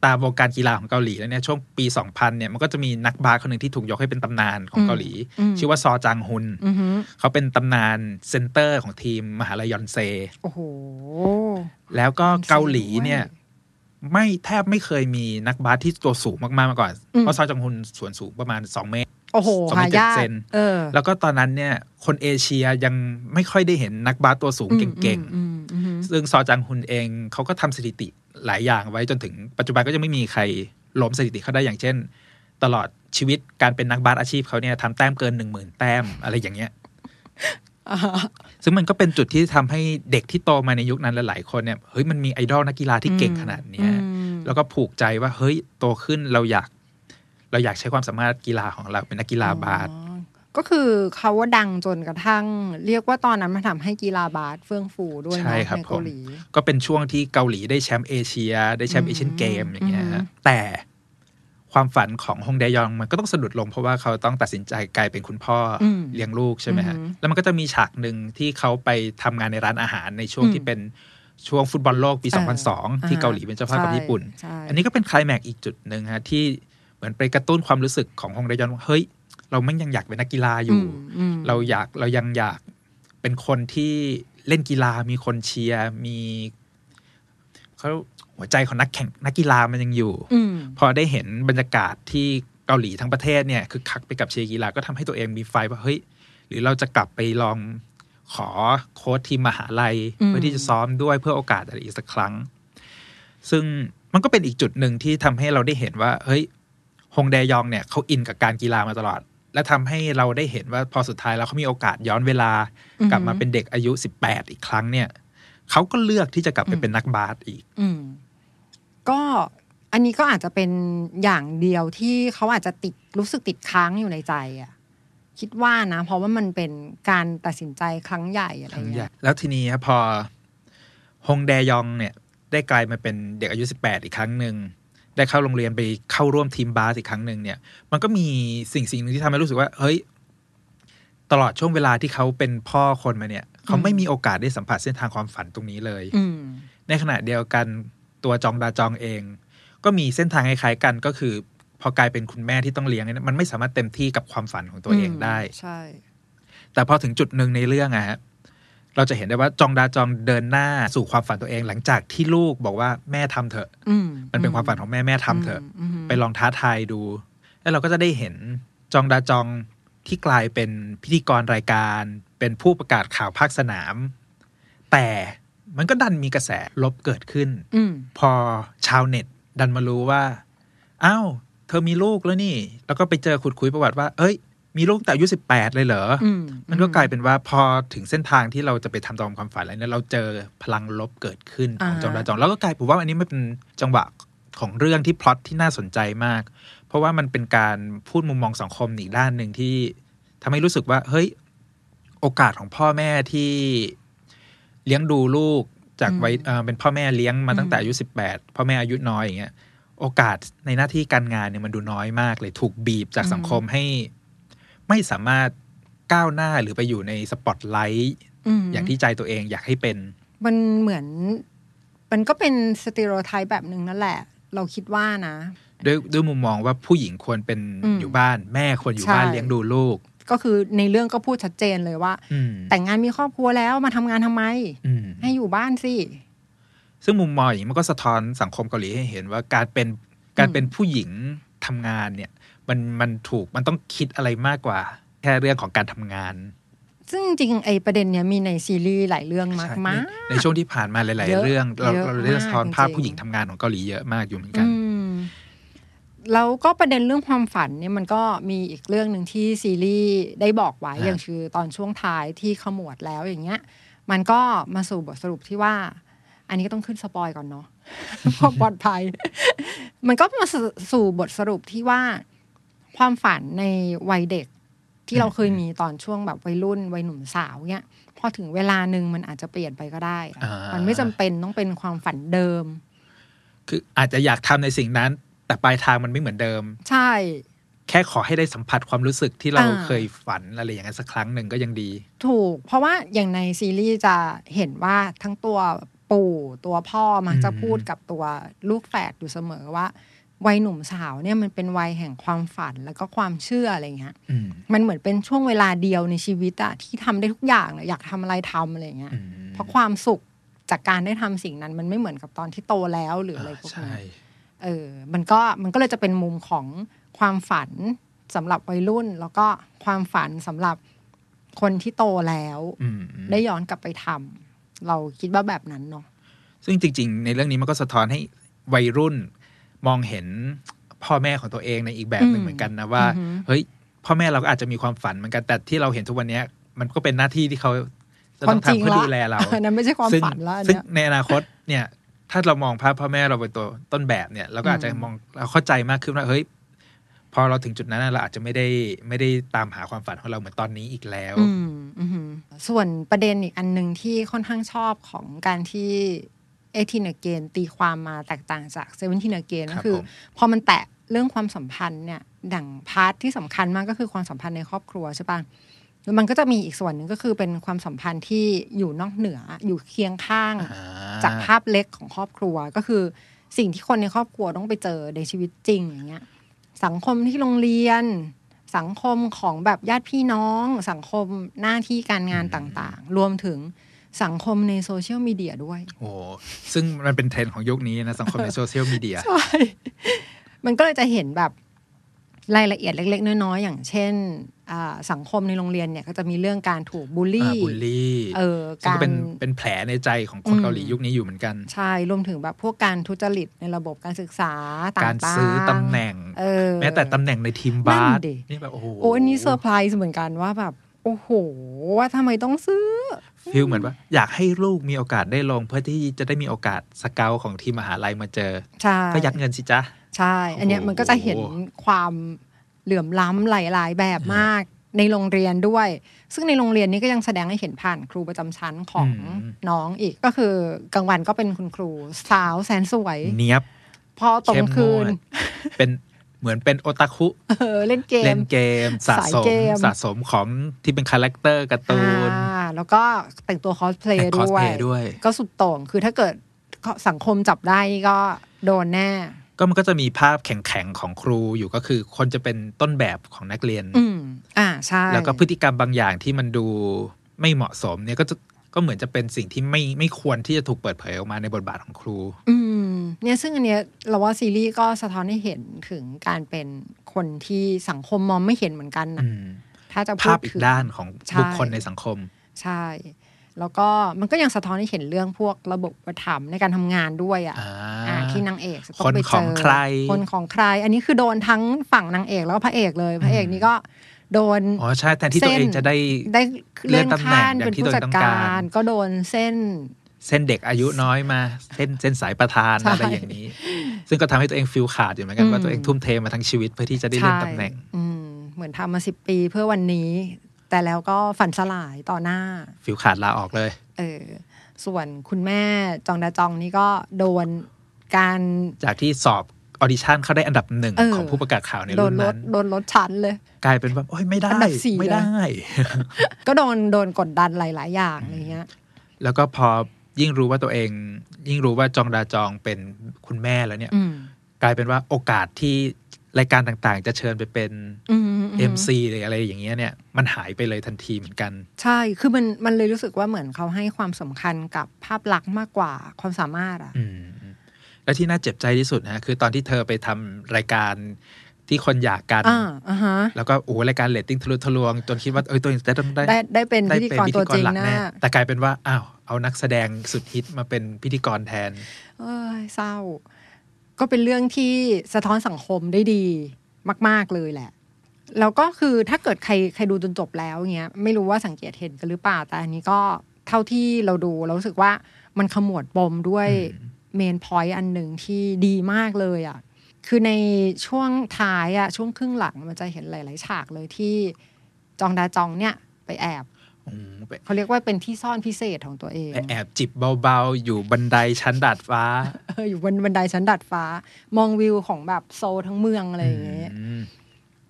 Speaker 2: ตามวงการกีฬาของเกาหลีแล้วเนี่ยช่วงปี 2000 เนี่ยมันก็จะมีนักบาสคนหนึ่งที่ถูกยกให้เป็นตำนานของเกาหลี ชื่อว่าซอจางฮุน
Speaker 3: อือหือ
Speaker 2: เขาเป็นตำนานเซนเตอร์ของทีมมหาลัยยอนเซ
Speaker 3: โอ้โห
Speaker 2: แล้วก็เกาหลี
Speaker 3: ด้วย
Speaker 2: เนี่ยไม่แทบไม่เคยมีนักบาสที่ตัวสูงมากๆมาก่อน
Speaker 3: อืม
Speaker 2: เพราะซอจังฮุนส่วนสูงประมาณ 2 เมตร
Speaker 3: โอ้โห
Speaker 2: สอง
Speaker 3: หา
Speaker 2: เมตรเจ็ด
Speaker 3: ยาก
Speaker 2: เซน
Speaker 3: เออ
Speaker 2: แล้วก็ตอนนั้นเนี่ยคนเอเชียยังไม่ค่อยได้เห็นนักบาสตัวสูงเก่ง
Speaker 3: อืมอืมอืม
Speaker 2: ๆ ซึ่งซอจังฮุนเองเขาก็ทำสถิติหลายอย่างไว้จนถึงปัจจุบันก็ยังไม่มีใครล้มสถิติเขาได้อย่างเช่น ตลอดชีวิตการเป็นนักบาสอาชีพเขาเนี่ยทำแต้มเกินหนึ่งหมื่นแต้มอะไรอย่างเงี้ย
Speaker 3: อ่า
Speaker 2: ซึ่งมันก็เป็นจุดที่ทำให้เด็กที่โตมาในยุคนั้นหลายๆคนเนี่ยเฮ้ยมันมีไอดอลนักกีฬาที่เก่งขนาดเนี้ย
Speaker 3: อืม
Speaker 2: แล้วก็ผูกใจว่าเฮ้ยโตขึ้นเราอยาก เราอยากใช้ความสามารถกีฬาของเราเป็นนักกีฬาบาส
Speaker 3: อ๋อก็คือเขาว่าดังจนกระทั่ง เรียกว่าตอนนั้นมันทำให้กีฬาบาสเฟื่องฟูด้วย
Speaker 2: ใช่
Speaker 3: เนาะ
Speaker 2: ครับ
Speaker 3: ในเกา
Speaker 2: ผม
Speaker 3: หลี
Speaker 2: ก็เป็นช่วงที่เกาหลีได้แชมป์เอเชีย ได้แชมป์เอเชียนเกมอย่างเงี้ย
Speaker 3: อืม
Speaker 2: ฮะแต่ความฝันของฮงแดยองมันก็ต้องสะดุดลงเพราะว่าเขาต้องตัดสินใจกลายเป็นคุณพ่ออเลี้ยงลูกใช่ไหมฮะแล้วมันก็จะมีฉากหนึ่งที่เขาไปทำงานในร้านอาหารในช่วงที่เป็นช่วงฟุตบอลโลกปี 2002 ที่เกาหลีเป็นเจ้าภาพกับญี่ปุ่น
Speaker 3: ใช่
Speaker 2: อันนี้ก็เป็นไคลแม็กซ์อีกจุดหนึ่งฮะที่เหมือนไปกระตุ้นความรู้สึกของฮงเดยอนว่าเฮ้ย เราไม่ยังอยากเป็นนักกีฬาอยู่
Speaker 3: อืม
Speaker 2: เราอยากเรายังอยากเป็นคนที่เล่นกีฬามีคนเชียร์มีเขาหัวใจของนักแข่งนักกีฬามันยังอยู่
Speaker 3: อืม
Speaker 2: พอได้เห็นบรรยากาศที่เกาหลีทั้งประเทศเนี่ยคือคักไปกับเชียร์กีฬาก็ทำให้ตัวเองมีไฟว่าเฮ้ย หรือเราจะกลับไปลองขอโค้ชทีมมหาลัย
Speaker 3: อืม
Speaker 2: เพื่อที่จะซ้อมด้วยเพื่อโอกาสอะไรอีกสักครั้ง ซึ่งมันก็เป็นอีกจุดหนึ่งที่ทำให้เราได้เห็นว่า เฮ้ยฮงแดยองเนี่ยเขาอินกับการกีฬามาตลอด และทำให้เราได้เห็นว่าพอสุดท้ายแล้วเขามีโอกาสย้อนเวลากลับมาเป็นเด็กอายุ 18 อีกครั้งเนี่ยเขาก็เลือกที่จะกลับไปเป็นนักบาสอีก
Speaker 3: อืม ก็อันนี้ก็อาจจะเป็นอย่างเดียวที่เขาอาจจะติดรู้สึกติดค้างอยู่ในใจอ่ะ คิดว่านะ เพราะว่ามันเป็นการตัดสินใจครั้งใหญ่อะไร
Speaker 2: ทั้งใหญ่
Speaker 3: เงี้ย
Speaker 2: แล้วทีนี้ครับพอฮงแดยองเนี่ย ได้กลายมาเป็นเด็กอายุ 18 อีกครั้งหนึ่ง ได้เข้าโรงเรียนไปเข้าร่วมทีมบาสอีกครั้งหนึ่งเนี่ย มันก็มีสิ่งสิ่งหนึ่งที่ทำให้รู้สึกว่า เฮ้ย ตลอดช่วงเวลาที่เขาเป็นพ่อคนมาเนี่ย เขาไม่มีโอกาสได้สัมผัสเส้นทางความฝันตรงนี้เลย
Speaker 3: อืม
Speaker 2: ในขณะเดียวกันตัวจองดาจองเอง ก็มีเส้นทางคล้ายๆกันก็คือ พอกลายเป็นคุณแม่ที่ต้องเลี้ยงเนี่ยมันไม่สามารถเต็มที่กับความฝันของตัวเองได้
Speaker 3: ใช่
Speaker 2: แต่พอถึงจุดหนึ่งในเรื่องอะฮะ เราจะเห็นได้ว่าจองดาจองเดินหน้าสู่ความฝันตัวเอง หลังจากที่ลูกบอกว่าแม่ทำเถอะ
Speaker 3: อืม
Speaker 2: มันเป็นความฝันของแม่แม่ทำเถอะ
Speaker 3: มม
Speaker 2: ไปลองท้าทายดู แล้วเราก็จะได้เห็นจองดาจองที่กลายเป็นพิธีกรรายการ เป็นผู้ประกาศข่าวภาคสนาม แต่มันก็ดันมีกระแสลบเกิดขึ้น
Speaker 3: อืม
Speaker 2: พอชาวเน็ตดันมารู้ว่า อ้าว เธอมีลูกแล้วนี่ แล้วก็ไปเจอขุดคุยประวัติว่า เอ้ย มีลูกแต่อายุสิบแปดเลยเหรออ
Speaker 3: อื
Speaker 2: มันก็กลายเป็นว่าพอถึงเส้นทางที่เราจะไปทำตามความฝันอะไรเนี่ยเราเจอพลังลบเกิดขึ้นของจองราจองแล้วก็กลายผมว่าอันนี้มันเป็นจังหวะของเรื่องที่พล็อตที่น่าสนใจมาก เพราะว่ามันเป็นการพูดมุมมองสังคมอีกด้านหนึ่งที่ทำให้รู้สึกว่า เฮ้ย โอกาสของพ่อแม่ที่เลี้ยงดูลูกจากไว้เอ่อเป็นพ่อแม่เลี้ยงมาตั้งแต่อายุสิบแปดพ่อแม่อายุน้อยอย่างเงี้ย โอกาสในหน้าที่การงานเนี่ยมันดูน้อยมากเลยถูกบีบจากสังคมให้ ไม่สามารถก้าวหน้าหรือไปอยู่ในสปอตไลท์
Speaker 3: ม
Speaker 2: อย่างที่ใจตัวเองอยากให้เป็น
Speaker 3: มันเหมือน มันก็เป็นสติโรไทป์แบบหนึ่งนั่นแหละ เราคิดว่านะ
Speaker 2: ด้วยด้วยมุมมองว่าผู้หญิงควรเป็น
Speaker 3: อืม
Speaker 2: อยู่บ้าน แม่ควรอยู่บ้าน
Speaker 3: ใช่
Speaker 2: เลี้ยงดูลูก
Speaker 3: ก็คือในเรื่องก็พูดชัดเจนเลยว่า
Speaker 2: อืม
Speaker 3: แต่งงานมีครอบครัวแล้วมาทำงานทำไม
Speaker 2: อืม
Speaker 3: ให้อยู่บ้านสิ
Speaker 2: ซึ่งมุมมองอย่างนี้มันก็สะท้อนสังคมเกาหลีให้เห็นว่าการเป็นการเป็นผู้หญิงทำงานเนี่ย มันมันถูกมันต้องคิดอะไรมากกว่า แค่เรื่องของการทำงาน
Speaker 3: ซึ่งจริงๆไอ้ประเด็นเนี้ยมีในซีรีส์หลายเรื่องมาก
Speaker 2: ใช่
Speaker 3: มา
Speaker 2: ในช่วงที่ผ่านมาหลายๆ
Speaker 3: เยอะ
Speaker 2: เรื่อง เรา
Speaker 3: เยอะ
Speaker 2: เราได้สะท้อน
Speaker 3: มาก
Speaker 2: ภาพ
Speaker 3: จริงๆ
Speaker 2: ผู้หญิงทำงานของเกาหลีเยอะมากอยู่เหมือนกัน
Speaker 3: แล้วก็ประเด็นเรื่องความฝันเนี่ยมันก็มีอีกเรื่องหนึ่งที่ซีรีส์ได้บอกไว้
Speaker 2: ฮะ
Speaker 3: อย่างคือตอนช่วงท้ายที่ขมวดแล้วอย่างเงี้ย มันก็มาสู่บทสรุปที่ว่า อันนี้ก็ต้องขึ้นสปอยก่อนเนาะ เพราะปลอดภัย มันก็มาสู่สู่บทสรุปที่ว่า ความฝันในวัยเด็ก ที่เราเคยมีตอนช่วงแบบวัยรุ่นวัยหนุ่มสาวเนี่ยพอถึงเวลาหนึ่งมันอาจจะเปลี่ยนไปก็ได้อะ
Speaker 2: อ่ามั
Speaker 3: มันไม่จำเป็นต้องเป็นความฝันเดิม
Speaker 2: คืออาจจะอยากทำในสิ่งนั้น แต่ปลายทางมันไม่เหมือนเดิม
Speaker 3: ใช่
Speaker 2: แค่ขอให้ได้สัมผัสความรู้สึกที่เรา
Speaker 3: อ่า
Speaker 2: เคยฝันอะไรอย่างนั้นสักครั้งหนึ่งก็ยังดี
Speaker 3: ถูก เพราะว่าอย่างในซีรีส์จะเห็นว่าทั้งตัวปู่ตัวพ่อมักจะ
Speaker 2: อืม
Speaker 3: พูดกับตัวลูกแฝดอยู่เสมอว่า วัยหนุ่มสาวเนี่ยมันเป็นวัยแห่งความฝันแล้วก็ความเชื่ออะไรอย่างเงี้ย
Speaker 2: อืม
Speaker 3: มันเหมือนเป็นช่วงเวลาเดียวในชีวิตอะที่ทำได้ทุกอย่างเลยอยากทำอะไรทำอะไรอย่างเงี้ย
Speaker 2: อืม
Speaker 3: เพราะความสุขจากการได้ทำสิ่งนั้น มันไม่เหมือนกับตอนที่โตแล้วหรืออะไรพวก
Speaker 2: ใช่
Speaker 3: นี้เออ มันก็มันก็เลยจะเป็นมุมของความฝันสำหรับวัยรุ่น แล้วก็ความฝันสำหรับคนที่โตแล้ว
Speaker 2: อืม
Speaker 3: ได้ย้อนกลับไปทำเราคิดว่าแบบนั้นเนาะ
Speaker 2: ซึ่งจริง ๆ ในเรื่องนี้มันก็สะท้อนให้วัยรุ่น มองเห็นพ่อแม่ของตัวเองในอีกแบบหนึ่งเหมือนกันนะว่า
Speaker 3: อือหือ
Speaker 2: เฮ้ยพ่อแม่เราก็อาจจะมีความฝันเหมือนกันแต่ที่เราเห็นทุกวันเนี้ย มันก็เป็นหน้าที่ที่เขาจะต้องทำเพื่อดูแลเรา
Speaker 3: อันนั้นไม่ใช่ความ
Speaker 2: ซึ่ง
Speaker 3: ฝันแล้วอัน
Speaker 2: ซึ่ง
Speaker 3: เนี้ย
Speaker 2: ในอนาคตเนี่ย ถ้าเรามองภาพพ่อแม่เราเป็นตัวต้นแบบเนี่ยเราก็อาจจะ
Speaker 3: อืม
Speaker 2: มองเราเข้าใจมากขึ้นว่าเฮ้ย พอเราถึงจุดนั้นน่ะเราอาจจะไม่ได้ไม่ได้ตามหาความฝันของเราเหมือนตอนนี้อีกแล้ว
Speaker 3: อืมอือหือส่วนประเด็นอีกอันหนึ่งที่ค่อนข้างชอบของการที่เอทีนเกนตีความมาแตกต่างจากเซเว่นทีนเกน
Speaker 2: ค
Speaker 3: ก็
Speaker 2: รับ
Speaker 3: คือ
Speaker 2: ผม
Speaker 3: พอมันแตะเรื่องความสัมพันธ์เนี่ยดั่งพาร์ทที่สำคัญมากก็คือความสัมพันธ์ในครอบครัวใช่ปะแล้วมันก็จะมีอีกส่วนหนึ่งก็คือเป็นความสัมพันธ์ที่อยู่นอกเหนืออยู่เคียงข้าง
Speaker 2: อ่
Speaker 3: จากภาพเล็กของครอบครัวก็คือสิ่งที่คนในครอบครัวต้องไปเจอในชีวิตจริงอย่างเงี้ยสังคมที่โรงเรียน สังคมของแบบญาติพี่น้อง สังคมหน้าที่การงานต่างๆ รวมถึงสังคมในโซเชียลมีเดียด้วย
Speaker 2: โอ้ซึ่งมันเป็นเทรนด์ของยุคนี้นะ สังคมในโซเชียลมีเดีย
Speaker 3: ใช่ มันก็เลยจะเห็นแบบรายละเอียดเล็ก ๆ น้อยๆอย่างเช่นอ่าสังคมในโรงเรียนเนี่ยก็จะมีเรื่องการถูกบูลลี่
Speaker 2: อ่าบูลลี่
Speaker 3: เออ
Speaker 2: ซึ่งก็
Speaker 3: การ
Speaker 2: เป็นเป็นแผลในใจของคน
Speaker 3: อืม
Speaker 2: เกาหลียุคนี้อยู่เหมือนกัน
Speaker 3: ใช่รวมถึงแบบพวกการทุจริตในระบบการศึกษาต่างๆ
Speaker 2: การซื้อตำแหน่ง
Speaker 3: เออ
Speaker 2: แม้แต่ตำแหน่งในทีมบา
Speaker 3: นั่
Speaker 2: ส
Speaker 3: นดิ
Speaker 2: นี่แบบโอ้โห
Speaker 3: โอ้อันนี้เซอร์ไพรส์เหมือนกันว่าแบบ โอ้โห ว่าทำไมต้องซื้อ
Speaker 2: ฟีลเหมือนว่า อยากให้ลูกมีโอกาสได้ลงเพื่อที่จะได้มีโอกาสสเกลของทีมมหาลัยมาเจอ
Speaker 3: ใช่
Speaker 2: ก็ยัดเงินสิจ๊ะ
Speaker 3: ใช่ อันเนี้ย
Speaker 2: โอ้โห
Speaker 3: มันก็จะเห็นความเหลื่อมล้ำหลายๆ แบบมากในโรงเรียนด้วย ซึ่งในโรงเรียนนี้ก็ยังแสดงให้เห็นผ่านครูประจำชั้นของน้องอีกก็คือกลางวันก็เป็นคุณครูสาวแสนสวย
Speaker 2: เนี้ยบ
Speaker 3: พอตกก
Speaker 2: เข้ม
Speaker 3: ลาง
Speaker 2: ง
Speaker 3: คื
Speaker 2: วน ดเป็นเหมือนเป็นโอตาคุ
Speaker 3: เออเล่นเก
Speaker 2: เล่
Speaker 3: ม
Speaker 2: นเกมสะส
Speaker 3: สาย
Speaker 2: ม
Speaker 3: เกม
Speaker 2: สะสมของที่เป็นคาแรคเตอร์การ์ตูน
Speaker 3: อ่าแล้วก็แต่งตัวคอสเพล
Speaker 2: แต่
Speaker 3: ย์
Speaker 2: คอส
Speaker 3: ด้ว
Speaker 2: เพล
Speaker 3: ย
Speaker 2: ย์ด้วย
Speaker 3: ก็สุดโต่งคือถ้าเกิดสังคมจับได้นี่ก็โดนแน่
Speaker 2: ก็มันก็จะมีภาพแข็งๆ ของครูอยู่ก็คือคนจะเป็นต้นแบบของนักเรียน
Speaker 3: อืม อ่า ใช่
Speaker 2: แล้วก็พฤติกรรมบางอย่างที่มันดูไม่เหมาะสมเนี่ยก็จะก็เหมือนจะเป็นสิ่งที่ไม่ไม่ควรที่จะถูกเปิดเผยออกมาในบทบาทของครู
Speaker 3: อืม เนี่ยซึ่งอันเนี้ยเราว่าซีรีส์ก็สะท้อนให้เห็นถึงการเป็นคนที่สังคมมองไม่เห็นเหมือนกันนะ
Speaker 2: อืม
Speaker 3: ถ้าจะ
Speaker 2: ภาพ
Speaker 3: ด
Speaker 2: อีก
Speaker 3: ถึง
Speaker 2: ด้านของ
Speaker 3: ใช่
Speaker 2: บุคคลในสังคม
Speaker 3: ใช่ แล้วก็มันก็ยังสะท้อนให้เห็นเรื่องพวกระบบประถมภ์ในการทำงานด้วยอะ่ะ
Speaker 2: อ่า
Speaker 3: อ่า ที่นางเอกจะต้
Speaker 2: คน
Speaker 3: ไป
Speaker 2: ของ
Speaker 3: เจ
Speaker 2: ใคร
Speaker 3: คนของใคร อันนี้คือโดนทั้งฝั่งนางเอกแล้วก็พระเอกเลย พระเอกนี่ก็โดน
Speaker 2: อ๋อใช่แทนที่ตัวเองจะได้
Speaker 3: ได้เลื่อน
Speaker 2: เลื่อนตำแหน่ง
Speaker 3: ขั้น
Speaker 2: อย่าง
Speaker 3: เป็น
Speaker 2: ที่
Speaker 3: ผู้จัด
Speaker 2: ตัวเองต้อ
Speaker 3: กา
Speaker 2: งการ ร
Speaker 3: ก็โดนเส้น
Speaker 2: เส้นเด็กอายุน้อยมา เส้นเส้นสายประธาน
Speaker 3: ใช่
Speaker 2: อะไรอย่างนี้ ซึ่งก็ทำให้ตัวเองฟิลขาดอยู่เหมือนกัน
Speaker 3: อืม
Speaker 2: ว่าตัวเองทุ่มเทมาทั้งชีวิตเพื่อที่จะได้เลื่อนตำแหน่ง
Speaker 3: ใช่อืมเหมือนทำมาสิบปีเพื่อวันนี้ แต่แล้วก็ฝันสลายต่อหน้า
Speaker 2: ฟิลขาดลาออกเลย
Speaker 3: เออ ส่วนคุณแม่จองดาจองนี่ก็โดนการ
Speaker 2: จากที่สอบออดิชั่นเข้าได้อันดับหนึ่ง
Speaker 3: เออ
Speaker 2: ของผู้ประกาศข่าวใน
Speaker 3: โด
Speaker 2: รุ่
Speaker 3: น
Speaker 2: น
Speaker 3: ล
Speaker 2: นั้
Speaker 3: ด
Speaker 2: น
Speaker 3: โดนลดชั้นเลย
Speaker 2: กลายเป็นว่าโอ้ยไม่ได้
Speaker 3: อันดับสี่
Speaker 2: ไม่
Speaker 3: เลย
Speaker 2: ได้
Speaker 3: ก็โดนโดนกดดันหลาย ๆ อย่างอะไรเงี้ย
Speaker 2: แล้วก็พอยิ่งรู้ว่าตัวเอง ยิ่งรู้ว่าจองดาจองเป็นคุณแม่แล้วเนี่ย
Speaker 3: อืม
Speaker 2: กลายเป็นว่าโอกาสที่รายการต่างๆ จะเชิญไปเป็น
Speaker 3: อืมอืม
Speaker 2: MC หรืออะไรอย่างเงี้ยเนี่ยมันหายไปเลยทันทีเหมือนกัน
Speaker 3: ใช่ คือมันมันเลยรู้สึกว่าเหมือนเขาให้ความสำคัญกับภาพลักษณ์มากกว่าความสามารถอะ
Speaker 2: อืมและที่น่าเจ็บใจที่สุดนะฮะคือตอนที่เธอไปทำรายการที่คนอยากกัน
Speaker 3: อ่าอ่าฮะ
Speaker 2: แล้วก็โอ้โหรายการเลตติ้งทะลุทะลวง จนคิดว่าเอ้ยตัวเองจะต้องได้
Speaker 3: ได้ได้เป็นพิธีกรตัวจริง
Speaker 2: หลั
Speaker 3: นะ
Speaker 2: แน่แต่กลายเป็นว่าอ้าวเอานักแสดงสุดฮิตมาเป็นพิธีกรแทน
Speaker 3: เอ้ยเศร้า ก็เป็นเรื่องที่สะท้อนสังคมได้ดีมาก ๆ เลยแหละ แล้วก็คือถ้าเกิดใครใครดูจนจบแล้วเงี้ย ไม่รู้ว่าสังเกตเห็นกันหรือเปล่า แต่อันนี้ก็เท่าที่เราดูเรารู้สึกว่ามันขมวดปมด้วยเมนพอยต์อันหนึ่งที่ดีมากเลยอ่ะ คือในช่วงท้ายอ่ะช่วงครึ่งหลังมันจะเห็นหลาย ๆ ฉากเลยที่จองดาจองเนี่ย ไปแอบ
Speaker 2: อืมไป
Speaker 3: เขาเรียกว่าเป็นที่ซ่อนพิเศษของตัวเอง
Speaker 2: ไปแอบจิบเบาๆ อยู่บันไดชั้นดาดฟ้า
Speaker 3: เอออยู่บนบันไดชั้นดัดฟ้ามองวิวของแบบโซลทั้งเมืองอะไรอย่างเงี้ย
Speaker 2: อืม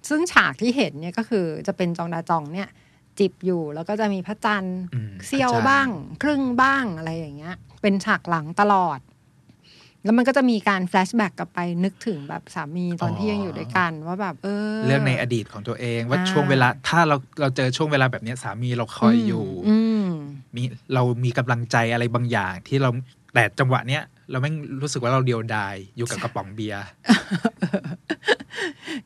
Speaker 3: ซึ่งฉากที่เห็นเนี่ยก็คือจะเป็นจองดาจองเนี่ย จิบอยู่แล้วก็จะมีพระจันทร์
Speaker 2: อืม
Speaker 3: เสี้ยวบ้าง ครึ่งบ้างอะไรอย่างเงี้ย เป็นฉากหลังตลอด แล้วมันก็จะมีการแฟลชแบ็กกลับไปนึกถึงแบบสามีตอนที่ยังอยู่ด้วยกัน ว่าแบบเออ
Speaker 2: เรื่องในอดีตของตัวเองว่า
Speaker 3: อ่า
Speaker 2: ช่วงเวลาถ้าเราเราเจอช่วงเวลาแบบเนี้ยสามีเราคอยอยู่
Speaker 3: อืม
Speaker 2: มีเรามีกำลังใจอะไรบางอย่างที่เราแต่จังหวะเนี้ยเราไม่งรู้สึกว่าเราเดียวดายอยู่กับกระป๋องเบียร์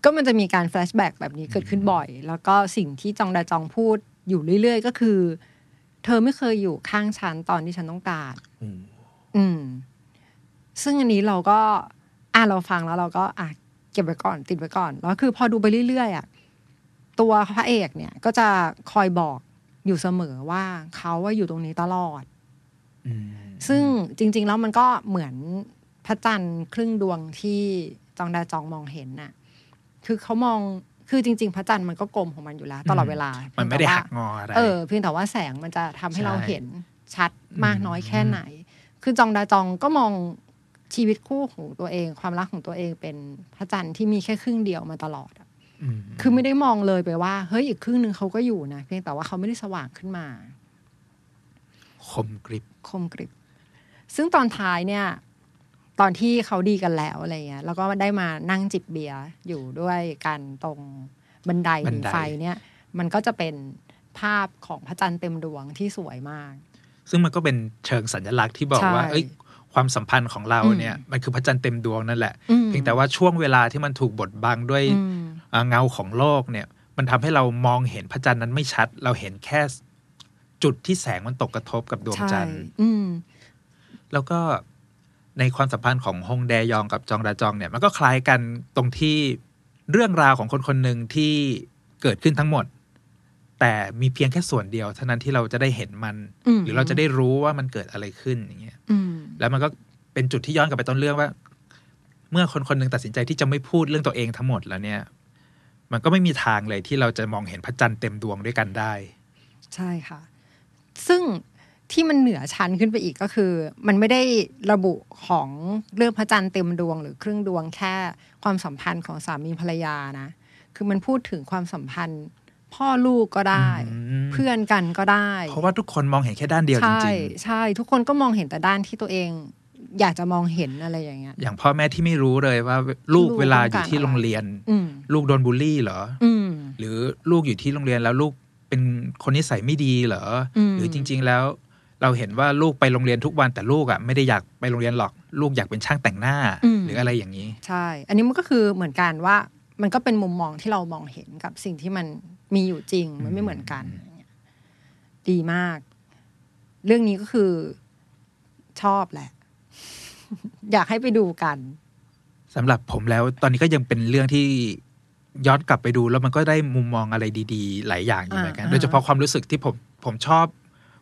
Speaker 3: ก็มันจะมีการแฟลชแบ็กแบบนี้เกิดขึ้นบ่อย แล้วก็สิ่งที่จองดาจองพูดอยู่เรื่อยๆ ก็คือ เธอไม่เคยอยู่ข้างฉันตอนที่ฉันต้องการ
Speaker 2: อืม
Speaker 3: อืม ซึ่งอันนี้เราก็อ่ะเราฟังแล้วเราก็อ่ะเก็บไว้ก่อนติดไว้ก่อน แล้วคือพอดูไปเรื่อยๆอ่ะตัวพระเอกเนี่ย ก็จะคอยบอกอยู่เสมอว่าเขาว่าอยู่ตรงนี้ตลอด
Speaker 2: อืม
Speaker 3: ซึ่งจริง ๆ แล้วมันก็เหมือนพระจันทร์ครึ่งดวงที่จองดาจองมองเห็นน่ะ คือเขามองคือจริง ๆ พระจันทร์มันก็กลมของมันอยู่แล้ว ตลอดเวลามั
Speaker 2: มันไม่ได้หักงออะไร
Speaker 3: เออเพียงแต่ว่าแสงมันจะทำให้
Speaker 2: ใช่
Speaker 3: เราเห็นชัดมาก
Speaker 2: อืม
Speaker 3: น้อยแค่ไหน คือจองดาจองก็มองชีวิตคู่ของตัวเอง ความรักของตัวเองเป็นพระจันทร์ที่มีแค่ครึ่งเดียวมาตลอดอะ
Speaker 2: ม
Speaker 3: คือไม่ได้มองเลยไปว่าเฮ้ยอีกครึ่งหนึ่งเขาก็อยู่นะเพียงแต่ว่าเขาไม่ได้สว่างขึ้นมา
Speaker 2: คมกริบ
Speaker 3: คมกริบ ซึ่งตอนท้ายเนี่ย ตอนที่เขาดีกันแล้วอะไรเงี้ย แล้วก็ได้มานั่งจิบเบียร์อยู่ด้วยกันตรงบันไดหนีไฟเนี่ย มันก็จะเป็นภาพของพระจันทร์เต็มดวงที่สวยมาก
Speaker 2: ซึ่งมันก็เป็นเชิงสัญลักษณ์ที่บอกว่า
Speaker 3: ใช่
Speaker 2: เอ้ยความสัมพันธ์ของเรา
Speaker 3: อืม
Speaker 2: เนี่ยมันคือพระจันทร์เต็มดวงนั่นแหละ
Speaker 3: อืม
Speaker 2: เพียงแต่ว่าช่วงเวลาที่มันถูกบดบังด้วย
Speaker 3: อืม
Speaker 2: เอ่อเงาของโลกเนี่ย มันทำให้เรามองเห็นพระจันทร์นั้นไม่ชัด เราเห็นแค่จุดที่แสงมันตกกระทบกับดวงจันทร์
Speaker 3: ใช่อืม
Speaker 2: แล้วก็ในความสัมพันธ์ของฮงแดยองกับจองดาจองเนี่ย มันก็คล้ายกันตรงที่เรื่องราวของคนคนหนึ่งที่เกิดขึ้นทั้งหมด แต่มีเพียงแค่ส่วนเดียวเท่านั้นที่เราจะได้เห็นมัน
Speaker 3: อืม
Speaker 2: หรือเราจะได้รู้ว่ามันเกิดอะไรขึ้นอย่างเงี้ย
Speaker 3: อืม
Speaker 2: แล้วมันก็เป็นจุดที่ย้อนกลับไปต้นเรื่องว่า เมื่อคนคนหนึ่งตัดสินใจที่จะไม่พูดเรื่องตัวเองทั้งหมดแล้วเนี่ย มันก็ไม่มีทางเลยที่เราจะมองเห็นพระจันทร์เต็มดวงด้วยกันได้
Speaker 3: ใช่ค่ะ ซึ่งที่มันเหนือชั้นขึ้นไปอีกก็คือ มันไม่ได้ระบุของเรื่องพระจันทร์เต็มดวง หรือครึ่งดวงแค่ความสัมพันธ์ของสามีภรรยานะ คือมันพูดถึงความสัมพันธ์ พ่อลูกก็ได้
Speaker 2: อืม
Speaker 3: เพื่อนกันก็ได้
Speaker 2: เพราะว่าทุกคนมองเห็นแค่ด้านเดียวจ
Speaker 3: ใช่
Speaker 2: ริงๆ
Speaker 3: ใช่ทุกคนก็มองเห็นแต่ด้านที่ตัวเอง อยากจะมองเห็นอะไรอย่างเงี้ย
Speaker 2: อย่างพ่อแม่ที่ไม่รู้เลยว่าลูก
Speaker 3: ลูก
Speaker 2: เวลาอยู่
Speaker 3: ต้องการ
Speaker 2: ที่โรงเรียน
Speaker 3: อืม
Speaker 2: ลูกโดนบูลลี่เหรอ
Speaker 3: อืม
Speaker 2: หรือลูกอยู่ที่โรงเรียนแล้วลูกเป็นคนนิสัยไม่ดีเหรออ
Speaker 3: ม
Speaker 2: หรือจริง ๆ แล้ว เราเห็นว่าลูกไปโรงเรียนทุกวันแต่ลูกอ่ะไม่ได้อยากไปโรงเรียนหรอก ลูกอยากเป็นช่างแต่งหน้า หรืออะไรอย่างนี้
Speaker 3: ใช่ อันนี้มันก็คือเหมือนกันว่ามันก็เป็นมุมมองที่เรามองเห็นกับสิ่งที่มันมีอยู่จริง มันไม่เหมือนกันอย่างเงี้ยดีมาก เรื่องนี้ก็คือชอบแหละ อยากให้ไปดูกัน
Speaker 2: สำหรับผมแล้วตอนนี้ก็ยังเป็นเรื่องที่ย้อนกลับไปดูแล้วมันก็ได้มุมมองอะไรดีๆ หลายอย่างอยู่เหมือนกัน
Speaker 3: อ่า
Speaker 2: โดยเฉพาะความรู้สึกที่ผมผมชอบ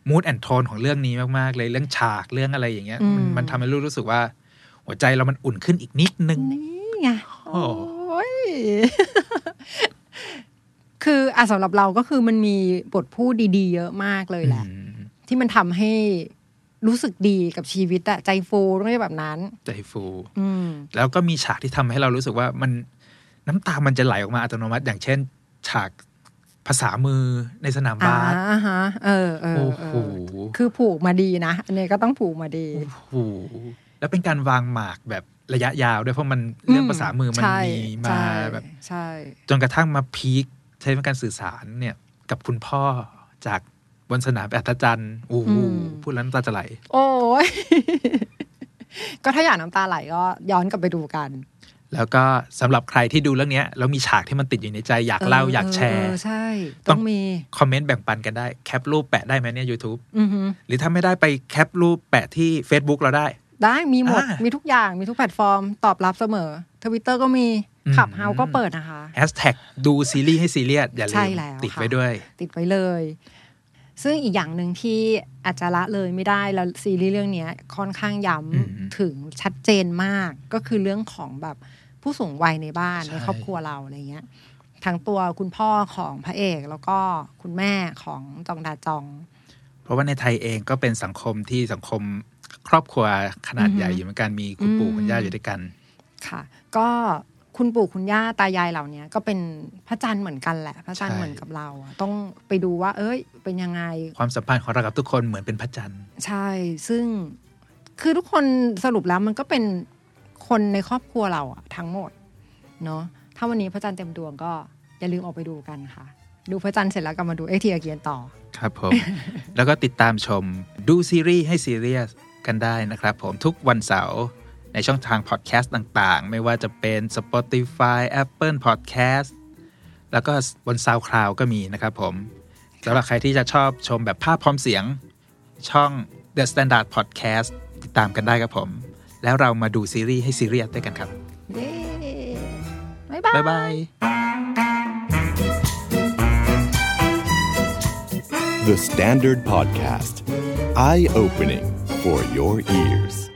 Speaker 2: mood and tone ของเรื่องนี้มากๆเลยเรื่องฉากเรื่องอะไรอย่างเงี้ย มันมันทำให้รู้รู้สึกว่า หัวใจเรามันอุ่นขึ้นอีกนิดนึง
Speaker 3: นี่ไง
Speaker 2: โอ้
Speaker 3: โอ้ย คืออ่ะสำหรับเราก็คือมันมีบทพูดดีๆ เยอะมากเลยแหละ
Speaker 2: อืม
Speaker 3: ที่มันทำให้รู้สึกดีกับชีวิตอะใจฟูต้องเรียกแบบนั้น
Speaker 2: ใจฟู
Speaker 3: อืม
Speaker 2: แล้วก็มีฉากที่ทำให้เรารู้สึกว่ามันน้ำตามันจะไหลออกมาอัตโนมัติ อย่างเช่น ฉากภาษามือในสนามบาส
Speaker 3: อ่อ่ฮะเออเออ
Speaker 2: โอ้
Speaker 3: เอ
Speaker 2: โห
Speaker 3: อคือผูกมาดีนะอันนี้ก็ต้องผูกมาดี
Speaker 2: โอ้โหแล้วเป็นการวางหมากแบบระยะยาวด้วยเพราะมันเรื่องภาษามือมัน
Speaker 3: ใช่
Speaker 2: มีมา
Speaker 3: ใช่
Speaker 2: แบบ
Speaker 3: ใช่
Speaker 2: จนกระทั่งมาพีคใช้ในการสื่อสารเนี่ย กับคุณพ่อจากบนสนามอัศจรรย์โอ้โหพูดแล้วน้ำตาจะไหล
Speaker 3: โอ้ย ก็ถ้าอยากน้ำตาไหลก็ย้อนกลับไปดูกัน
Speaker 2: แล้วก็สำหรับใครที่ดูเรื่องเนี้ยแล้วมีฉากที่มันติดอยู่ในใจอยากเล่าอยากแช
Speaker 3: เอ
Speaker 2: ร์
Speaker 3: อใช่
Speaker 2: ต้
Speaker 3: ต้
Speaker 2: อ
Speaker 3: อง งมี
Speaker 2: คอมเมนต์แบ่งปันกันได้ แคปรูปแปะได้ไหมเนี่ย YouTube
Speaker 3: อือฮึ
Speaker 2: หรือถ้าไม่ได้ไปแคปรูปแปะที่ Facebook เราได้
Speaker 3: ได้มีหมด
Speaker 2: อ่ามี
Speaker 3: มีทุกอย่างมีทุกแพลตฟอร์ม ตอบรับเสมอทวิตเตอร์ก็มี
Speaker 2: อืม
Speaker 3: ขับเฮาก็เปิดนะคะ
Speaker 2: แฮชแท็กดูซีรีส์ให้ซีเรียสอย่าลื
Speaker 3: ใช่
Speaker 2: ม
Speaker 3: แล้ว
Speaker 2: ติด
Speaker 3: ค่ะ
Speaker 2: ไว้ด้วย
Speaker 3: ติดไว้เลย ซึ่งอีกอย่างหนึ่งที่อาจจะละเลยไม่ได้แล้วซีรีส์เรื่องเนี้ยค่อนข้างย้
Speaker 2: อืม
Speaker 3: ำถึงชัดเจนมากก็คือเรื่องของแบบผู้สูงวัยในบ้าน
Speaker 2: ใช่
Speaker 3: ในครอบครัวเราอะไรเงี้ยทั้งตัวคุณพ่อของพระเอกแล้วก็คุณแม่ของจองดาจอง
Speaker 2: เพราะว่าในไทยเองก็เป็นสังคมที่สังคมครอบครัวขนาดใหญ่
Speaker 3: อือ
Speaker 2: อ
Speaker 3: ฮึ
Speaker 2: ยู่เหมือนกันมีคุณปู่
Speaker 3: อืม
Speaker 2: คุณย่าอยู่ด้วยกัน
Speaker 3: ค่ะ ก็คุณปู่คุณย่าตายายเหล่าเนี้ยก็เป็นพระจันทร์เหมือนกันแหละ พระจันทร์
Speaker 2: ใช่
Speaker 3: เหมือนกับเราอะต้องไปดูว่า เอ้ย เป็นยังไง
Speaker 2: ความสัมพันธ์ของเรากับทุกคนเหมือนเป็นพระจันทร์
Speaker 3: ใช่ ซึ่งคือทุกคนสรุปแล้วมันก็เป็นคนในครอบครัวเราอะทั้งหมด เนาะ ถ้าวันนี้พระจันทร์เต็มดวงก็อย่าลืมออกไปดูกันค่ะ ดูพระจันทร์เสร็จแล้วกลับมาดูเอ็กทีเกียนต่อ
Speaker 2: ครับผม แล้วก็ติดตามชมดูซีรีส์ให้ซีเรียสกันได้นะครับผมทุกวันเสาร์ในช่องทางพอดแคสต์ต่างๆ ไม่ว่าจะเป็น Spotify Apple Podcast แล้วก็บน SoundCloud ก็มีนะครับผมสำหรับใครที่จะชอบชมแบบภาพพร้อมเสียงช่อง The Standard Podcast ติดตามกันได้ครับผม แล้วเรามาดูซีรีส์ให้ซีเรียสด้วยกันครับ
Speaker 3: เย้บ๊ายบาย
Speaker 2: บ๊ายบาย
Speaker 1: The Standard Podcast. Eye opening for your ears.